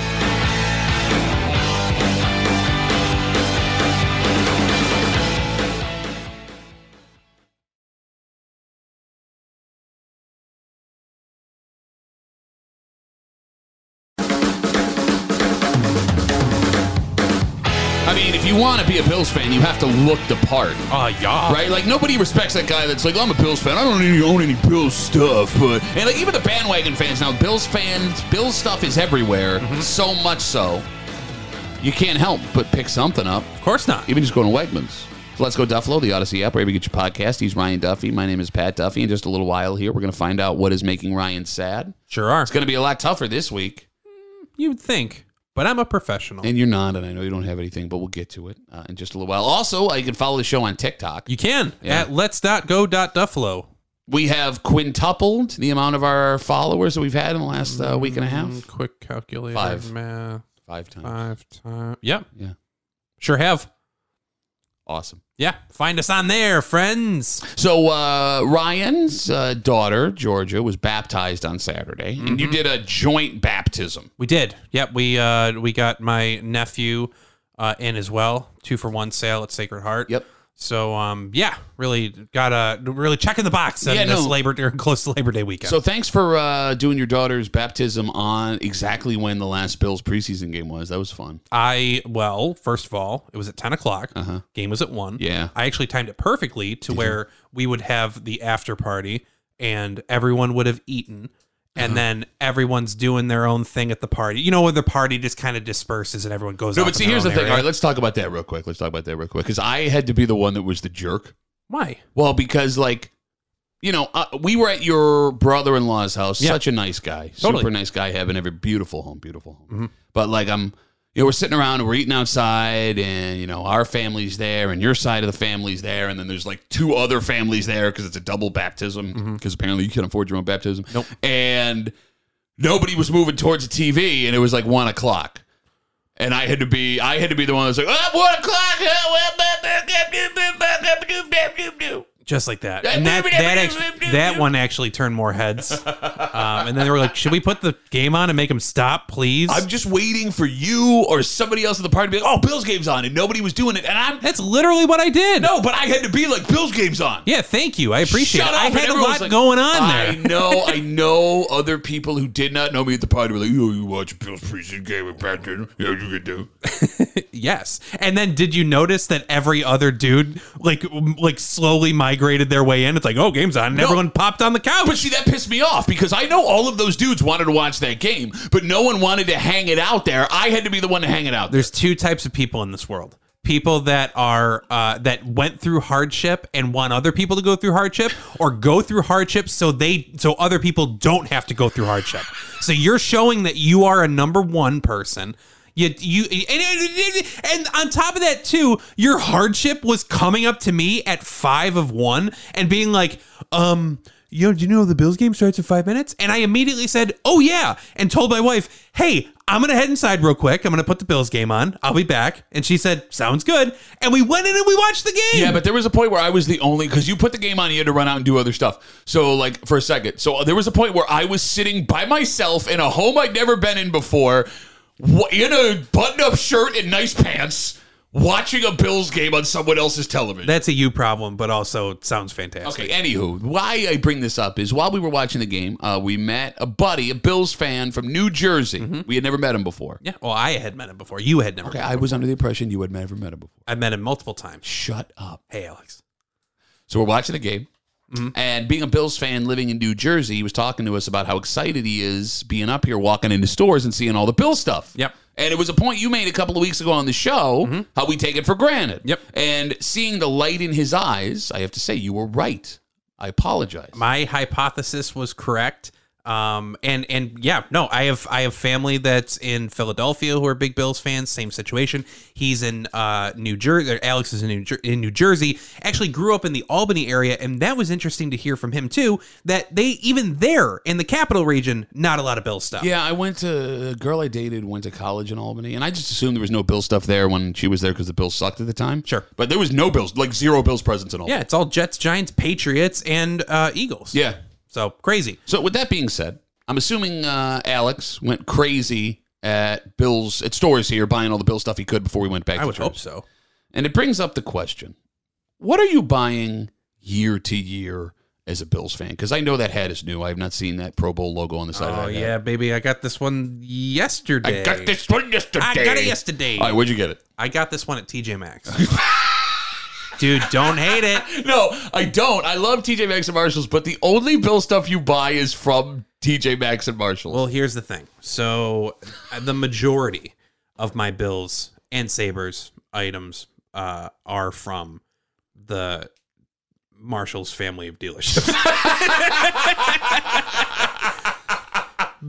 A: I mean, if you want to be a Bills fan, you have to look the part.
B: Oh, y'all.
A: Right? Like nobody respects that guy that's like, I'm a Bills fan. I don't really own any Bills stuff, but and like even the bandwagon fans now, Bills fans, Bills stuff is everywhere. So much so, you can't help but pick something up,
B: Of course not.
A: even just going to Wegmans. So let's go Duffalo, the Odyssey app, wherever you get your podcast. He's Ryan Duffy. My name is Pat Duffy. In just a little while here, we're going to find out what is making Ryan sad.
B: Sure are.
A: It's going to be a lot tougher this week.
B: You would think, but I'm a professional.
A: And you're not, and I know you don't have anything, but we'll get to it uh, in just a little while. Also, uh, you can follow the show on TikTok.
B: You can
A: Yeah.
B: at let's.go.duffalo.
A: We have quintupled the amount of our followers that we've had in the last uh, week and a half.
B: Quick calculator.
A: Five.
B: Math.
A: Five times.
B: Five times. Yep.
A: Yeah.
B: Sure have.
A: Awesome.
B: Yeah. Find us on there, friends.
A: So uh, Ryan's uh, daughter, Georgia, was baptized on Saturday, and you did a joint baptism.
B: We did. Yep. We uh we got my nephew uh in as well. Two for one sale at Sacred Heart.
A: Yep.
B: So um, yeah, really got to really checking the box on
A: Yeah,
B: this
A: no.
B: Labor Day, close to Labor Day weekend.
A: So thanks for uh, doing your daughter's baptism on exactly when the last Bills preseason game was. That was fun.
B: I well, first of all, it was at ten o'clock. Game was at one.
A: Uh-huh. Yeah.
B: I actually timed it perfectly to where we would have the after party and everyone would have eaten.
A: Uh-huh.
B: And then everyone's doing their own thing at the party. You know where the party just kind of disperses and everyone goes.
A: No,
B: off
A: but
B: in
A: see,
B: their
A: here's the
B: own
A: thing.
B: area.
A: All right, let's talk about that real quick. Let's talk about that real quick because I had to be the one that was the jerk.
B: Why?
A: Well, because like, you know, uh, we were at your brother-in-law's house.
B: Yeah.
A: Such a nice guy,
B: Totally.
A: super nice guy, having every beautiful home, beautiful home. But like, I'm, you know, we're sitting around, and we're eating outside, and you know, our family's there, and your side of the family's there, and then there's like two other families there because it's a double baptism because apparently you can't afford your own baptism.
B: Nope.
A: And nobody was moving towards the TV, and it was like one o'clock. And I had to be, I had to be the one that's like, oh, one o'clock.
B: Just like that.
A: Yeah,
B: And that
A: baby,
B: that,
A: baby,
B: act-
A: baby,
B: that
A: baby.
B: one actually turned more heads. um, and then they were like, "Should we put the game on and make them stop, please?"
A: I'm just waiting for you or somebody else at the party to be like, oh, Bills game's on. And nobody was doing it. And I'm,
B: That's literally what I did.
A: no, but I had to be like, Bills game's on.
B: Yeah, thank you. I appreciate
A: Shut
B: it.
A: up.
B: I
A: And
B: had a
A: everyone was
B: lot
A: like,
B: going on there.
A: I know, I know other people who did not know me at the party were like, oh, you watch Bills preseason game with Patrick. Yeah, you could do.
B: Yes. And then did you notice that every other dude like m- like slowly migrated their way in? It's like, "Oh, game's on." And everyone popped on the
A: But
B: couch.
A: see, that pissed me off because I know all of those dudes wanted to watch that game, but no one wanted to hang it out there. I had to be the one to hang it out there.
B: There's two types of people in this world. People that are uh, that went through hardship and want other people to go through hardship or go through hardship so they so other people don't have to go through hardship. So you're showing that you are a number 1 person. You, you and, and on top of that too, your hardship was coming up to me at five of one and being like, um, yo, do you know the Bills game starts in five minutes? And I immediately said, oh yeah, and told my wife, hey, I'm gonna head inside real quick. I'm gonna put the Bills game on. I'll be back. And she said, sounds good. And we went in and we watched the game.
A: Yeah, but there was a point where I was the only because you put the game on, you had to run out and do other stuff. So like for a second, so there was a point where I was sitting by myself in a home I'd never been in before, wa- in a button-up shirt and nice pants, watching a Bills game on someone else's television.
B: that's a you problem, but also it sounds fantastic.
A: Okay, anywho, why I bring this up is while we were watching the game, uh, we met a buddy, a Bills fan from New Jersey. We had never met him before.
B: Yeah. Well, I had met him before. You had never.
A: Okay, I was under the impression you had never met him before.
B: I met him multiple times.
A: Shut up.
B: Hey, Alex.
A: So we're watching the game. And being a Bills fan living in New Jersey, he was talking to us about how excited he is being up here, walking into stores and seeing all the Bill stuff.
B: Yep.
A: And it was a point you made a couple of weeks ago on the show how we take it for granted.
B: Yep.
A: And seeing the light in his eyes, I have to say, you were right. I apologize.
B: my hypothesis was correct. Um, and and yeah, no, I have I have family that's in Philadelphia who are big Bills fans. Same situation. He's in uh, New Jersey. Alex is in New, Jer- in New Jersey. Actually, grew up in the Albany area, and that was interesting to hear from him too. That they even there in the capital region, not a lot of Bills stuff.
A: Yeah, I went to a girl I dated went to college in Albany, and I just assumed there was no Bill stuff there when she was there because the Bills sucked at the time.
B: Sure.
A: but there was no Bills, like zero Bills presence in Albany.
B: yeah, it's all Jets, Giants, Patriots, and uh, Eagles.
A: Yeah.
B: so crazy.
A: So with that being said, I'm assuming uh, Alex went crazy at Bills at stores here buying all the Bill stuff he could before we went back.
B: I
A: to
B: would
A: church.
B: hope so.
A: And it brings up the question: What are you buying year to year? As a Bills fan, because I know that hat is new. I have not seen that Pro Bowl logo on the side of
B: Oh
A: that. hat.
B: yeah, baby, I got this one yesterday.
A: I got this one yesterday.
B: I got it yesterday.
A: All right, where'd you get it?
B: I got this one at TJ Maxx. Dude, don't hate it.
A: No, I don't. I love TJ Maxx and Marshalls, but the only Bill stuff you buy is from TJ Maxx and Marshalls.
B: Well, here's the thing. So, uh, the majority of my bills and sabers items uh, are from the Marshall's family of dealerships.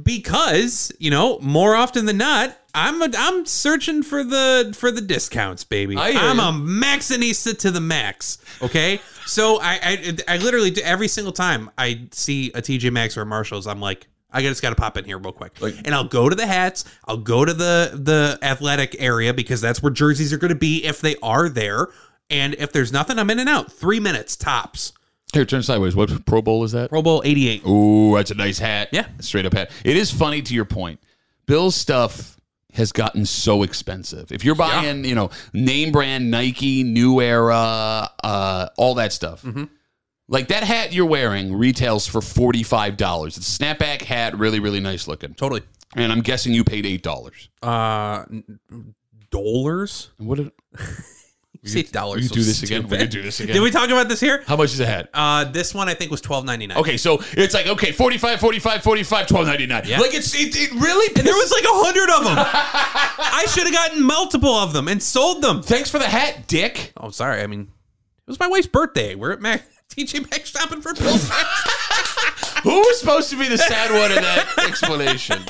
B: because, you know, more often than not, I'm a, I'm searching for the for the discounts, baby.
A: I hear
B: I'm
A: you.
B: a Maxinista to the max. Okay, so I, I I literally do every single time I see a TJ Maxx or a Marshalls, I'm like, I just got to pop in here real quick,
A: Like-
B: and I'll go to the hats, I'll go to the the athletic area because that's where jerseys are going to be if they are there, and if there's nothing, I'm in and out. Three minutes tops.
A: Here, turn sideways. What Pro Bowl is that?
B: Pro Bowl '88.
A: Ooh, that's a nice hat.
B: Yeah.
A: Straight up hat. It is funny to your point. Bill's stuff, has gotten so expensive. If you're buying, you know, name brand Nike, New Era, uh, all that stuff.
B: Mm-hmm.
A: Like that hat you're wearing retails for forty five dollars. It's a snapback hat, really, really nice looking.
B: Totally.
A: And I'm guessing you paid eight dollars.
B: Uh, n- dollars.
A: What? Did,
B: You say dollars.
A: you
B: so
A: do this again?
B: stupid.
A: We could do this again.
B: Did we talk about this here?
A: how much is a hat?
B: Uh, this one I think was twelve ninety nine.
A: Okay, so it's like okay, 45, 45, 45, 12.99.
B: Yeah.
A: Like it's it, it really.
B: There was like a hundred of them. I should have gotten multiple of them and sold them.
A: Thanks for the hat, Dick.
B: Oh, sorry. I mean, it was my wife's birthday. We're at Mac, TJ Maxx shopping for Bill.
A: Who was supposed to be the sad one in that explanation?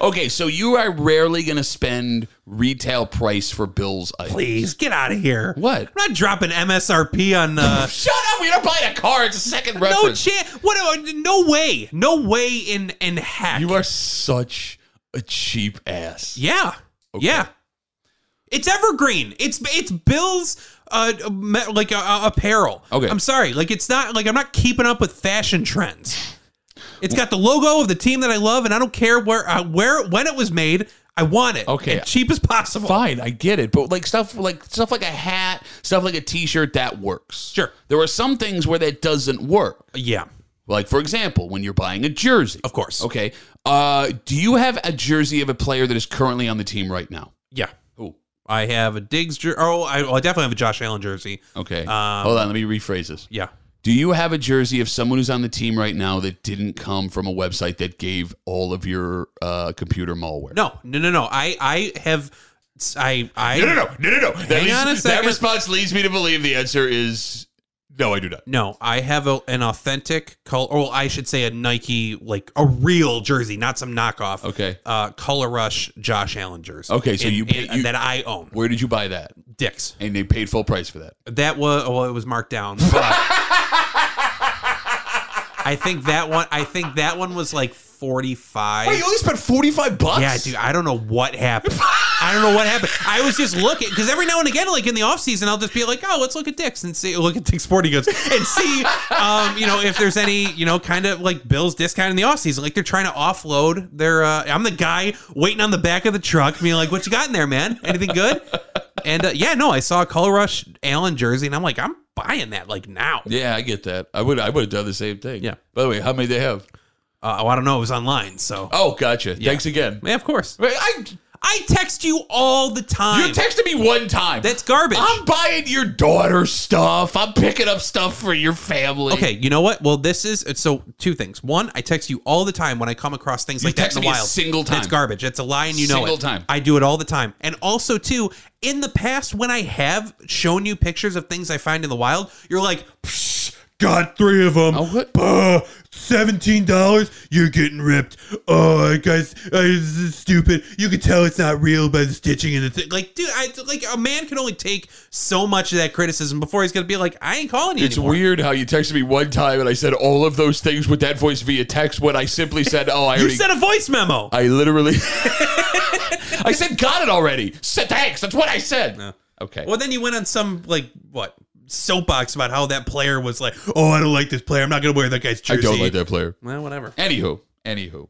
A: Okay, so you are rarely going to spend retail price for Bill's items.
B: Please get out of here.
A: What?
B: I'm not dropping MSRP on. Uh,
A: Shut up! We're not buying a car. It's a second
B: no
A: reference.
B: chance. What? am I- No way. No way. In in hack.
A: you are such a cheap ass.
B: Yeah. Yeah. It's evergreen. It's it's Bill's uh me- like uh, apparel.
A: Okay.
B: I'm sorry. Like it's not like I'm not keeping up with fashion trends. It's got the logo of the team that I love, and I don't care where uh, where when it was made. I want it.
A: Okay.
B: And cheap as possible.
A: Fine, I get it, but like stuff like stuff like a hat, stuff like a T-shirt that works.
B: Sure.
A: there are some things where that doesn't work.
B: Yeah.
A: Like for example, when you're buying a jersey.
B: Of course.
A: Okay. Uh, do you have a jersey of a player that is currently on the team right now?
B: Yeah.
A: Who?
B: I have a Diggs jersey. Oh, I, well, I definitely have a Josh Allen jersey.
A: Okay.
B: Um,
A: Hold on. Let me rephrase this.
B: Yeah.
A: Do you have a jersey of someone who's on the team right now that didn't come from a website that gave all of your uh, computer malware?
B: No. No. No. No. I I have. I I
A: No. No. No. No. No. no. That,
B: Hang on a
A: that
B: second.
A: response leads me to believe the answer is no. I do not.
B: No, I have a, an authentic color, or I should say a Nike, like a real jersey, not some knockoff.
A: Okay.
B: Uh, Color Rush Josh Allen jersey.
A: Okay, so
B: And-
A: you pay-
B: and-
A: you-
B: that I own.
A: Where did you buy that?
B: Dicks.
A: And they paid full price for that.
B: That was well, it was marked down. But I think that one. I think that one was like forty five.
A: Wait, you only spent forty five bucks.
B: Yeah, dude, I don't know what happened. I don't know what happened. I was just looking because every now and again, like in the off season, I'll just be like, "Oh, let's look at Dick's and see, look at Dick's Sporting Goods and see, um, you know, if there's any, you know, kind of like Bills discount in the off season. Like they're trying to offload their. Uh, I'm the guy waiting on the back of the truck, being like, "What you got in there, man? Anything good?" And uh, yeah, no, I saw a Color Rush Allen jersey, and I'm like, I'm buying that like now.
A: Yeah, I get that. I would I would have done the same thing.
B: Yeah.
A: By the way, how many they have?
B: Uh, oh, I don't know, it was online, so
A: Oh, gotcha. Thanks again.
B: yeah, of course.
A: Wait, I
B: I text you all the time.
A: you texted me one time.
B: That's garbage.
A: I'm buying your daughter stuff. I'm picking up stuff for your family.
B: Okay, you know what? Well, this is so two things. One, I text you all the time when I come across things like that
A: text
B: in the
A: me a
B: wild.
A: single
B: And It's
A: time.
B: garbage. It's a lie, and you know
A: Single
B: it.
A: time.
B: I do it all the time. And also, too, in the past, when I have shown you pictures of things I find in the wild, you're like, Psh, got three of them.
A: Oh, what?
B: Bah, Seventeen dollars. You're getting ripped. Oh, guys, uh, this is stupid. You can tell it's not real by the stitching and the thing. Like, dude, I like a man can only take so much of that criticism before he's gonna be like, I ain't calling you
A: It's
B: anymore.
A: weird how you texted me one time and I said all of those things with that voice via text when I simply said, "Oh, I
B: You
A: already."
B: sent a voice memo.
A: I literally. I said, "Got it already." Said thanks. That's what I said. Okay.
B: Well, then you went on some like what soapbox about how that player was like, oh, I don't like this player. I'm not gonna wear that guy's
A: I
B: jersey.
A: don't like that player.
B: Well, whatever.
A: Anywho, anywho.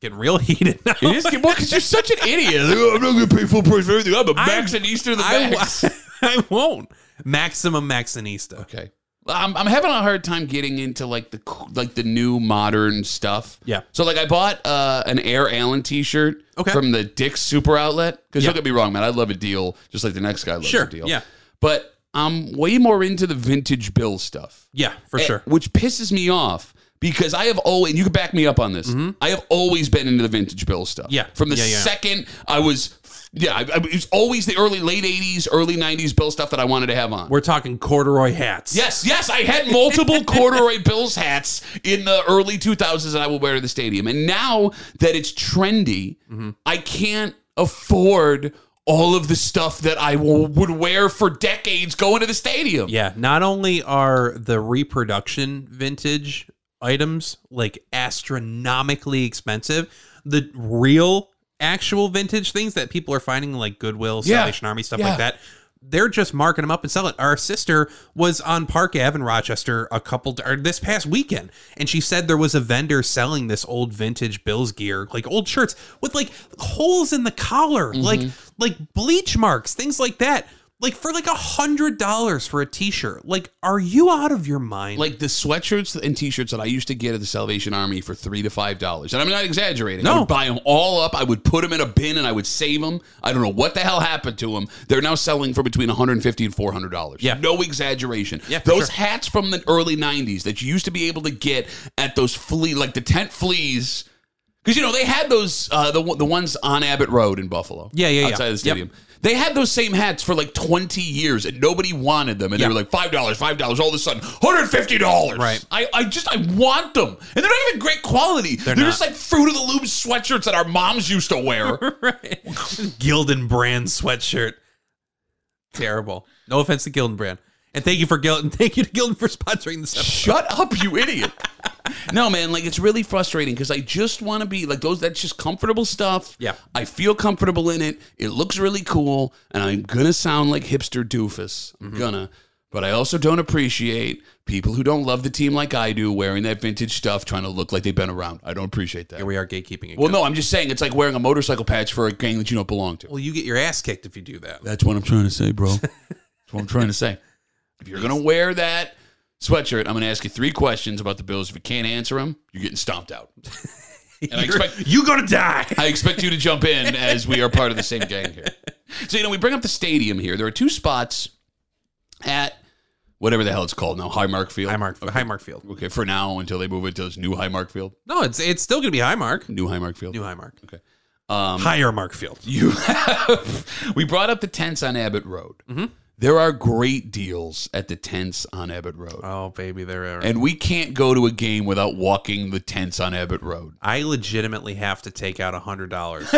B: Getting real heated. Now.
A: It is well because you're such an idiot. Like, "Oh, I'm not going to pay full price for everything. I'm a Max and Easter the
B: I,
A: Max.
B: w- I won't. Maximum Maxinista.
A: Okay. I'm, I'm having a hard time getting into like the co- like the new modern stuff.
B: Yeah.
A: So like I bought uh, an Air Allen T-shirt
B: Okay.
A: from the Dick's Super Outlet because
B: Yeah.
A: don't get me wrong, man, I love a deal just like the next guy loves
B: Sure,
A: a deal.
B: yeah.
A: But I'm way more into the vintage bill stuff,
B: Yeah, for
A: eh,
B: sure.
A: which pisses me off because I have always and you can back me up on this. I have always been into the vintage bill stuff.
B: Mm-hmm. Yeah.
A: From the
B: Yeah, yeah.
A: second I was. Yeah, I, I, it was always the early late '80s, early '90s bill stuff that I wanted to have on.
B: We're talking corduroy hats.
A: Yes, yes, I had multiple corduroy Bills hats in the early 2000s that I will wear to the stadium. And now that it's trendy, I can't afford all of the stuff that I w- would wear for decades going to the stadium.
B: Yeah. Not only are the reproduction vintage items like astronomically expensive, the real actual vintage things that people are finding like Goodwill,
A: Yeah.
B: Salvation Army, stuff
A: Yeah.
B: like that, They're just marking them up and selling. Our sister was on Park Ave in Rochester a couple or this past weekend, and she said there was a vendor selling this old vintage Bills gear, like old shirts with like holes in the collar,
A: Mm-hmm.
B: like like bleach marks, things like that. Like for like a hundred dollars for a T-shirt. Like, are you out of your mind?
A: Like the sweatshirts and T-shirts that I used to get at the Salvation Army for three to five dollars, and I'm not exaggerating. I
B: No.
A: would buy them all up. I would put them in a bin and I would save them. I don't know what the hell happened to them. They're now selling for between 150 and 400 dollars.
B: Yeah.
A: no exaggeration.
B: Yeah, for
A: those
B: sure.
A: hats from the early 90s that you used to be able to get at those flea, like the tent fleas. Because you know they had those uh, the one- the ones on Abbott Road in Buffalo.
B: Yeah, yeah, yeah.
A: outside of the
B: Yep.
A: stadium. They had those same hats for like twenty years, and nobody wanted them. And
B: Yeah.
A: they were like five dollars, five dollars. All of a sudden, hundred fifty dollars.
B: Right.
A: I, I just I want them, and they're not even great quality. They're, just
B: not.
A: like Fruit of the Loom sweatshirts that our moms used to wear.
B: right. Gildan brand sweatshirt. Terrible. No offense to Gildan brand. And thank you for Gildan. Thank you to Gildan for sponsoring this episode.
A: Shut up, you idiot. no, man, like it's really frustrating because I just want to be like those. That's just comfortable stuff.
B: Yeah.
A: I feel comfortable in it. It looks really cool, and I'm gonna sound like hipster doofus. I'm
B: Mm-hmm.
A: gonna, but I also don't appreciate people who don't love the team like I do wearing that vintage stuff, trying to look like they've been around. I don't appreciate that.
B: Here we are gatekeeping again.
A: Well,
B: Well,
A: no, I'm just saying it's like wearing a motorcycle patch for a gang that you don't belong to.
B: you get your ass kicked if you do that.
A: That's what I'm trying to say, bro. That's what I'm trying to say. If you're going to wear that sweatshirt, I'm going to ask you three questions about the Bills. If you can't answer them, you're getting stomped out. And I
B: You're-
A: expect-
B: you gonna die.
A: I expect you to jump in as we are part of the same gang here. So, you know, we bring up the stadium here. There are two spots at whatever the hell it's called now, Highmark Field.
B: Highmark, Highmark Field.
A: Okay, for now until they move it to this new Highmark Field.
B: No, it's it's still gonna be Highmark. Um,
A: New Highmark Field.
B: New Highmark.
A: Okay.
B: Higher Mark Field.
A: You have. We brought up the tents on Abbott Road.
B: Mm-hmm.
A: There are great deals at the tents on Abbott Road.
B: Oh baby, there. Are.
A: and we can't go to a game without walking the tents on Abbott Road.
B: I legitimately have to take out a hundred dollars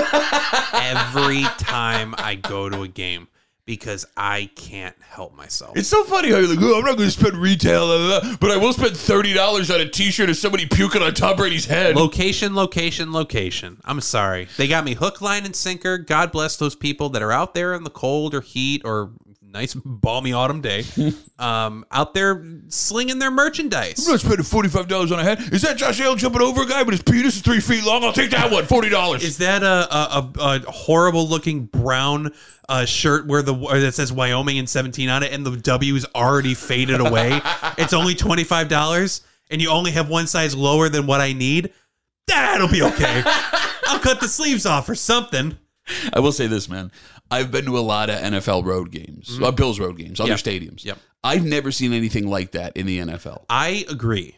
B: every time I go to a game because I can't help myself.
A: It's so funny how you're like, oh, I'm not going to spend retail, la, la, la, but I will spend $30 on a t shirt of somebody puking on Tom Brady's head.
B: Location, location, location. I'm sorry. They got me hook, line, and sinker. God bless those people that are out there in the cold or heat or nice balmy autumn day, um, out there slinging their merchandise.
A: I'm not spending $45 on a head. Is that Josh Allen jumping over a guy, but his penis is three feet long? I'll take that one, $40.
B: Is that a a, a, a horrible looking brown uh, shirt where the or that says Wyoming and 17 on it, and the W is already faded away? it's only twenty five dollars, and you only have one size lower than what I need. That'll be okay. I'll cut the sleeves off or something.
A: I will say this, man. I've been to a lot of NFL road games, uh, Bills road games, other
B: Yep.
A: stadiums.
B: Yep.
A: I've never seen anything like that in the NFL.
B: I agree. I-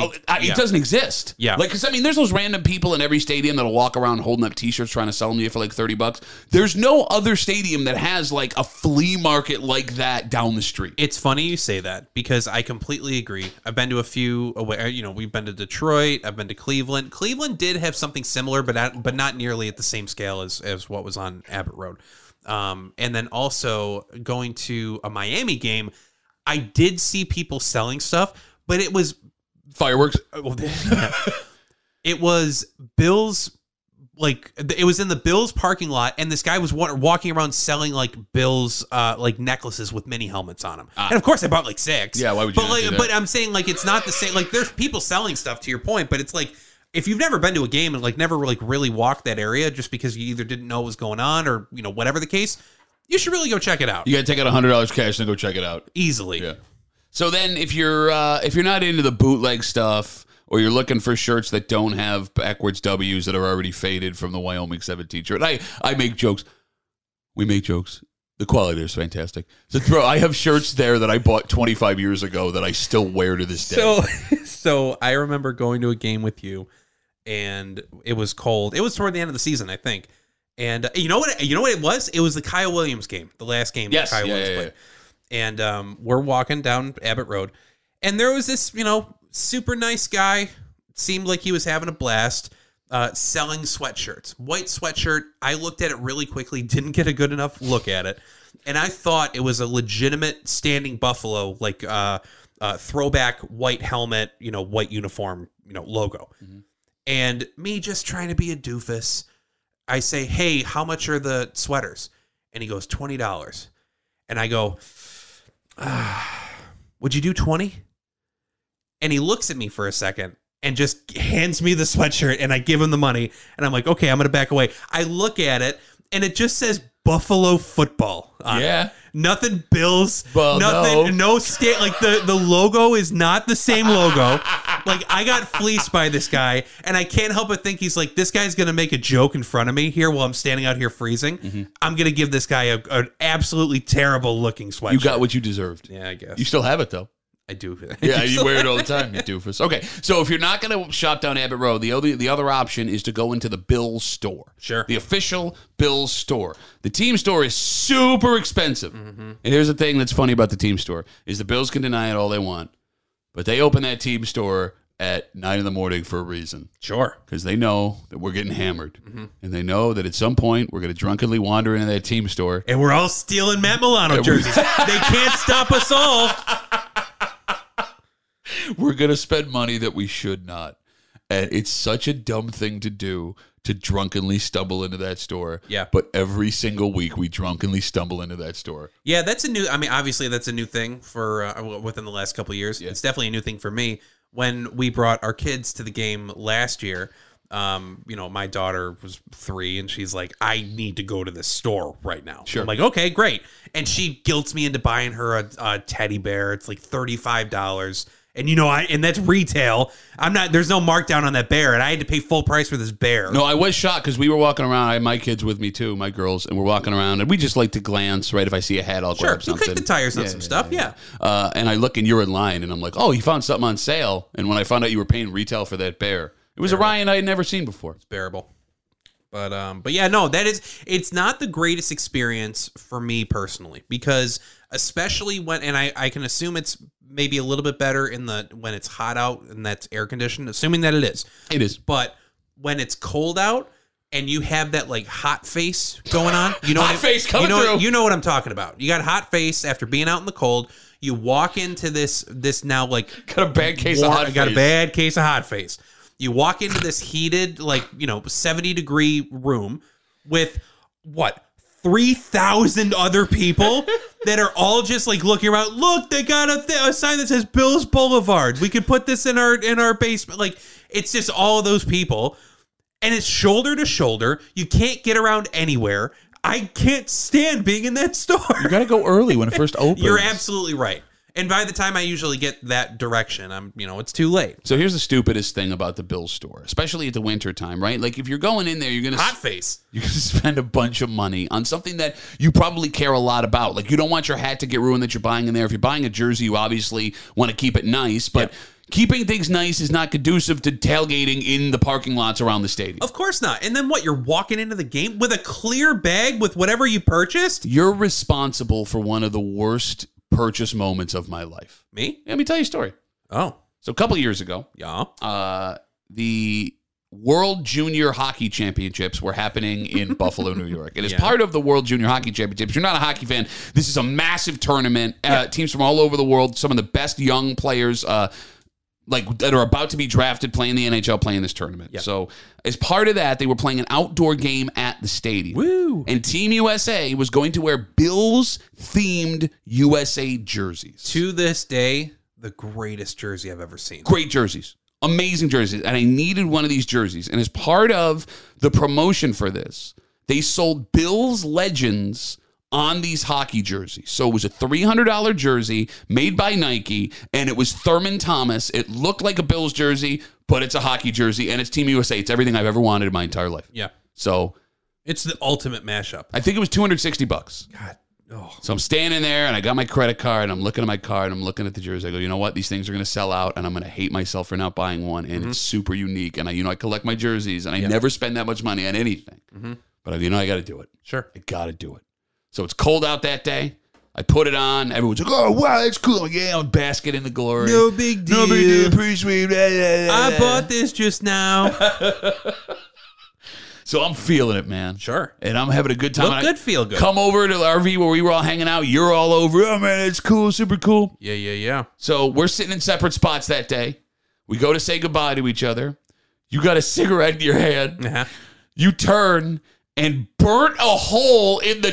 A: Oh, I,
B: yeah.
A: It doesn't exist.
B: Yeah.
A: Like, because I mean, there's those random people in every stadium that'll walk around holding up T-shirts trying to sell them to you for like thirty bucks. There's no other stadium that has like a flea market like that down the street.
B: It's funny you say that because I completely agree. I've been to a few away. uh, You know, we've been to Detroit. I've been to Cleveland. Cleveland did have something similar, but not, but not nearly at the same scale as as what was on Abbott Road. Um, and then also going to a Miami game, I did see people selling stuff, but it was
A: Fireworks.
B: Uh, well, yeah. it was Bills. Like it was in the Bills parking lot, and this guy was wa- walking around selling like Bills, uh, like necklaces with mini helmets on them. And of course, I bought like six.
A: Ah. Yeah, why would you
B: But
A: not
B: like,
A: do that?
B: but I'm saying like it's not the same. Like there's people selling stuff to your point, but it's like if you've never been to a game and like never like really walked that area just because you either didn't know what was going on or you know whatever the case, you should really go check it out
A: You got to take out hundred dollars cash and go check it out.
B: easily.
A: Yeah. So then, if you're uh, if you're not into the bootleg stuff, or you're looking for shirts that don't have backwards W's that are already faded from the Wyoming 17 shirt, I I make jokes. We make jokes. The quality is fantastic. So bro, I have shirts there that I bought 25 years ago that I still wear to this day.
B: So, so I remember going to a game with you, and it was cold. It was toward the end of the season, I think. And uh, you know what? You know what it was? It was the Kyle Williams game, the last game.
A: Yes,
B: that Kyle
A: yeah,
B: Williams
A: yeah, yeah.
B: played. And um, we're walking down Abbott Road, and there was this, you know, super nice guy. Seemed like he was having a blast. Uh, selling sweatshirts, white sweatshirt. I looked at it really quickly, didn't get a good enough look at it, and I thought it was a legitimate standing buffalo, like uh, uh, throwback white helmet, you know, white uniform, you know, logo.
A: Mm-hmm.
B: And me just trying to be a doofus, I say, "Hey, how much are the sweaters?" And he goes, $20. And I go, "Ah, Would you do 20? And he looks at me for a second and just hands me the sweatshirt and I give him the money. And I'm like, Okay, I'm going to back away. I look at it and it just says Buffalo football on it.
A: Yeah.
B: Nothing Bills.
A: Well,
B: nothing. No, state. Like the the logo is not the same logo. like I got fleeced by this guy, and I can't help but think he's like, this guy's gonna make a joke in front of me here while I'm standing out here freezing.
A: Mm-hmm.
B: I'm gonna give this guy a, an absolutely terrible looking sweatshirt.
A: You got what you deserved.
B: yeah, I guess
A: You still have it though.
B: I do.
A: Yeah, you wear it all the time, you doofus. Okay, so if you're not going to shop down Abbott Road, the other the other option is to go into the Bills store.
B: Sure.
A: the official Bills store. The team store is super expensive. And here's the thing that's funny about the team store is the Bills can deny it all they want, but they open that team store at nine in the morning for a reason
B: sure.
A: because they know that we're getting hammered, and they know that at some point we're going to drunkenly wander into that team store.
B: And we're all stealing Matt Milano jerseys. they can't stop us all.
A: we're going to spend money that we should not. And it's such a dumb thing to do to drunkenly stumble into that store.
B: Yeah.
A: But every single week we drunkenly stumble into that store.
B: Yeah, that's a new. I mean, obviously, that's a new thing for uh, w- within the last couple of years. It's definitely a new thing for me. When we brought our kids to the game last year, um, you know, my daughter was three, and she's like, "I need to go to this store right now."
A: Sure.
B: I'm like, "Okay, great," and she guilts me into buying her a, a teddy bear. It's like thirty five dollars. And you know, I and that's retail. I'm not. There's no markdown on that bear, and I had to pay full price for this bear.
A: No, I was shocked because we were walking around. I had my kids with me too, my girls, and we're walking around and we just like to glance, right? If I see a hat, I'll
B: sure,
A: grab
B: you
A: something.
B: kick the tires on
A: Yeah,
B: some
A: yeah,
B: stuff. Yeah,
A: Uh, and I look and you're in line and I'm like, oh, you found something on sale. And when I found out you were paying retail for that bear, it was a Ryan I had never seen before.
B: bearable. But um, but yeah, no, that is it's not the greatest experience for me personally because especially when and I I can assume it's maybe a little bit better in the when it's hot out and that's air conditioned, assuming that it is.
A: It is.
B: But when it's cold out and you have that like hot face going on, you know
A: Hot
B: what I-
A: face coming
B: you know,
A: through.
B: You know what I'm talking about. You got hot face after being out in the cold. You walk into this this now like
A: Got a bad case
B: warm-
A: of hot
B: I got
A: face.
B: a bad case of hot face. You walk into this heated, like you know, seventy degree room with what three thousand other people that are all just like looking around. Look, they got a, th- a sign that says Bills Boulevard. We could put this in our in our basement. Like it's just all those people, and it's shoulder to shoulder. You can't get around anywhere. I can't stand being in that store.
A: You got to go early when it first opens.
B: You're absolutely right. And by the time I usually get that direction, I'm, you know, it's too late.
A: So here's the stupidest thing about the Bills store, especially at the winter time, right? Like if you're going in there, you're gonna
B: Hot face.
A: you're gonna spend a bunch of money on something that you probably care a lot about. Like you don't want your hat to get ruined that you're buying in there. If you're buying a jersey, you obviously want to keep it nice, but keeping things nice is not conducive to tailgating in the parking lots around the stadium.
B: Of course not. And then what? You're walking into the game with a clear bag with whatever you purchased?
A: You're responsible for one of the worst purchase moments of my life.
B: Me?
A: Let me tell you a story.
B: Oh,
A: So a couple years ago,
B: yeah.
A: uh, the World Junior Hockey Championships were happening in Buffalo, New York. And as
B: Yeah.
A: part of the World Junior Hockey Championships, you're not a hockey fan. This is a massive tournament. Uh, teams from all over the world, some of the best young players. Uh, like that are about to be drafted playing the NHL playing this tournament.
B: Yeah.
A: So as part of that, they were playing an outdoor game at the stadium.
B: Woo.
A: And Team USA was going to wear Bills themed USA jerseys.
B: To this day, the greatest jersey I've ever seen.
A: great jerseys, amazing jerseys, and I needed one of these jerseys. And as part of the promotion for this, they sold Bills Legends on these hockey jerseys. So it was a $300 jersey made by Nike, and it was Thurman Thomas. It looked like a Bills jersey, but it's a hockey jersey, and it's Team USA. It's everything I've ever wanted in my entire life.
B: Yeah.
A: So
B: It's the ultimate mashup.
A: I think it was 260 bucks.
B: God. Oh.
A: So I'm standing there and I got my credit card and I'm looking at my card and I'm looking at the jersey. I go, you know what? These things are going to sell out and I'm going to hate myself for not buying one.
B: Mm-hmm.
A: And it's super unique. And I, you know, I collect my jerseys and I never spend that much money on anything. But I, you know, I got to do it.
B: Mm-hmm. Sure.
A: I got to do it. So it's cold out that day. I put it on. Everyone's like, oh, wow, that's cool. I'm like, yeah, I'm basket in the glory.
B: big
A: Nobody did appreciate it.
B: I bought this just now.
A: So I'm feeling it, man.
B: sure.
A: And I'm having a good time.
B: Look
A: And I
B: good, feel good.
A: Come over to the RV where we were all hanging out. You're all over. Oh, man, it's cool. Super cool.
B: Yeah, yeah, yeah.
A: So we're sitting in separate spots that day. We go to say goodbye to each other. You got a cigarette in your hand.
B: Uh-huh.
A: You turn, and burnt a hole in the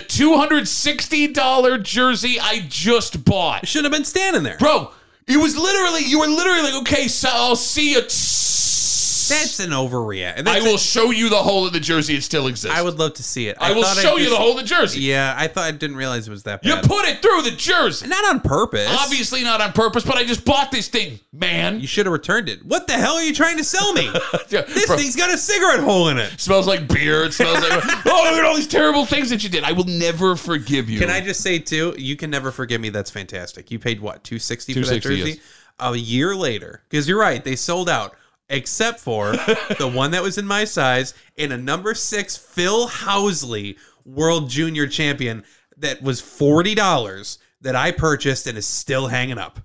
A: $260 jersey I just bought.
B: Shouldn't have been standing there.
A: Bro, it was literally, you were literally like, okay, so I'll see you. That's
B: That's an overreaction.
A: I will show you the hole in the jersey. It still exists.
B: I would love to see it.
A: I will
B: thought
A: show you
B: just-
A: the hole in the jersey.
B: Yeah, I thought I didn't realize it was that
A: You
B: bad.
A: put it through the jersey.
B: Not on purpose.
A: Obviously not on purpose, but I just bought this thing, man.
B: You should have returned it. What the hell are you trying to sell me? this
A: Bro,
B: thing's got a cigarette hole in it.
A: smells like beer. It smells like oh, look at all these terrible things that you did. I will never forgive you.
B: Can I just say too? You can never forgive me. That's fantastic. You paid what two sixty for that
A: 260,
B: jersey. A year later, because you're right, they sold out except for the one that was in my size and a number six Phil Housley World Junior Champion that was forty dollars that I purchased and is still hanging up.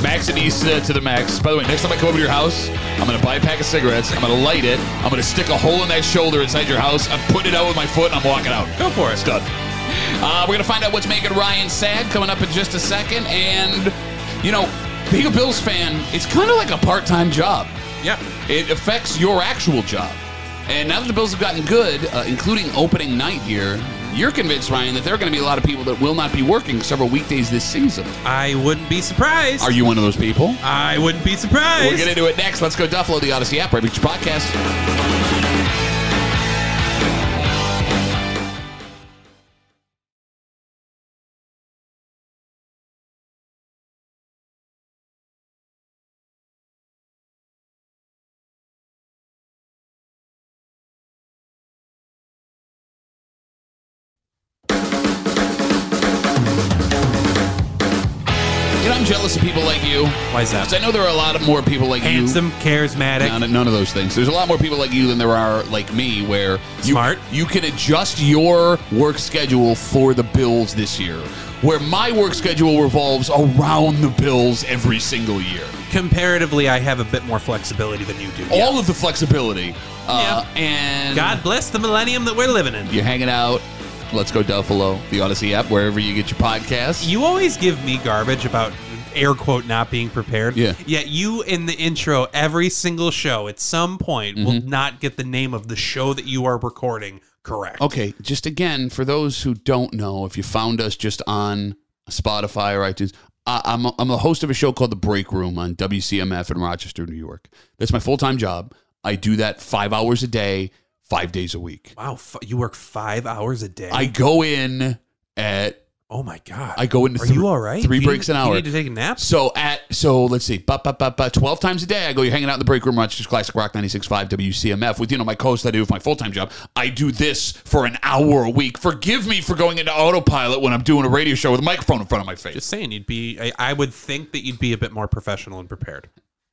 A: Max and East uh, to the max. By the way, next time I come over to your house, I'm gonna buy a pack of cigarettes. I'm gonna light it. I'm gonna stick a hole in that shoulder inside your house. I'm putting it out with my foot. and I'm walking out.
B: Go for
A: It's
B: it.
A: done. Uh, we're gonna find out what's making Ryan sad coming up in just a second. And you know, being a Bills fan, it's kind of like a part-time job.
B: Yeah.
A: It affects your actual job. And now that the Bills have gotten good, uh, including opening night here, you're convinced, Ryan, that there are going to be a lot of people that will not be working several weekdays this season.
B: I wouldn't be surprised.
A: Are you one of those people?
B: I wouldn't be surprised.
A: We'll get into it next. Let's go Duffalo, the Odyssey app, right? Beach Podcast. You know, I'm jealous of people like you.
B: Why is
A: Because I know there are a lot of more people like you.
B: Handsome, charismatic.
A: None, none of those things. There's a lot more people like you than there are like me, where you,
B: Smart.
A: you can adjust your work schedule for the Bills this year. Where my work schedule revolves around the Bills every single year.
B: Comparatively, I have a bit more flexibility than you do.
A: All of the flexibility. Uh, And
B: God bless the millennium that we're living in.
A: you're hanging out. Let's go Duffalo, the Odyssey app, wherever you get your podcasts.
B: You always give me garbage about air quote not being prepared.
A: Yeah.
B: Yet you in the intro every single show at some point will
A: Mm-hmm.
B: not get the name of the show that you are recording correct.
A: Okay, just again for those who don't know, if you found us just on Spotify or iTunes, I, I'm a, I'm a host of a show called The Break Room on WCMF in Rochester, New York. That's my full time job. I do that five hours a day, five days a week.
B: Wow, f- you work five hours a day.
A: I go in at
B: oh my god.
A: I go in.
B: are
A: thr-
B: you all right?
A: Three
B: Do you
A: breaks
B: need-
A: an
B: do
A: hour.
B: You need to take a nap.
A: So at so let's see, ba, ba, ba, ba, twelve times a day I go. You're hanging out in the break room, Rochester's Classic Rock 96.5 WCMF with you know my co-host that I do with my full time job. I do this for an hour a week. Forgive me for going into autopilot when I'm doing a radio show with a microphone in front of my face.
B: Just saying, you'd be. I, I would think that you'd be a bit more professional and prepared.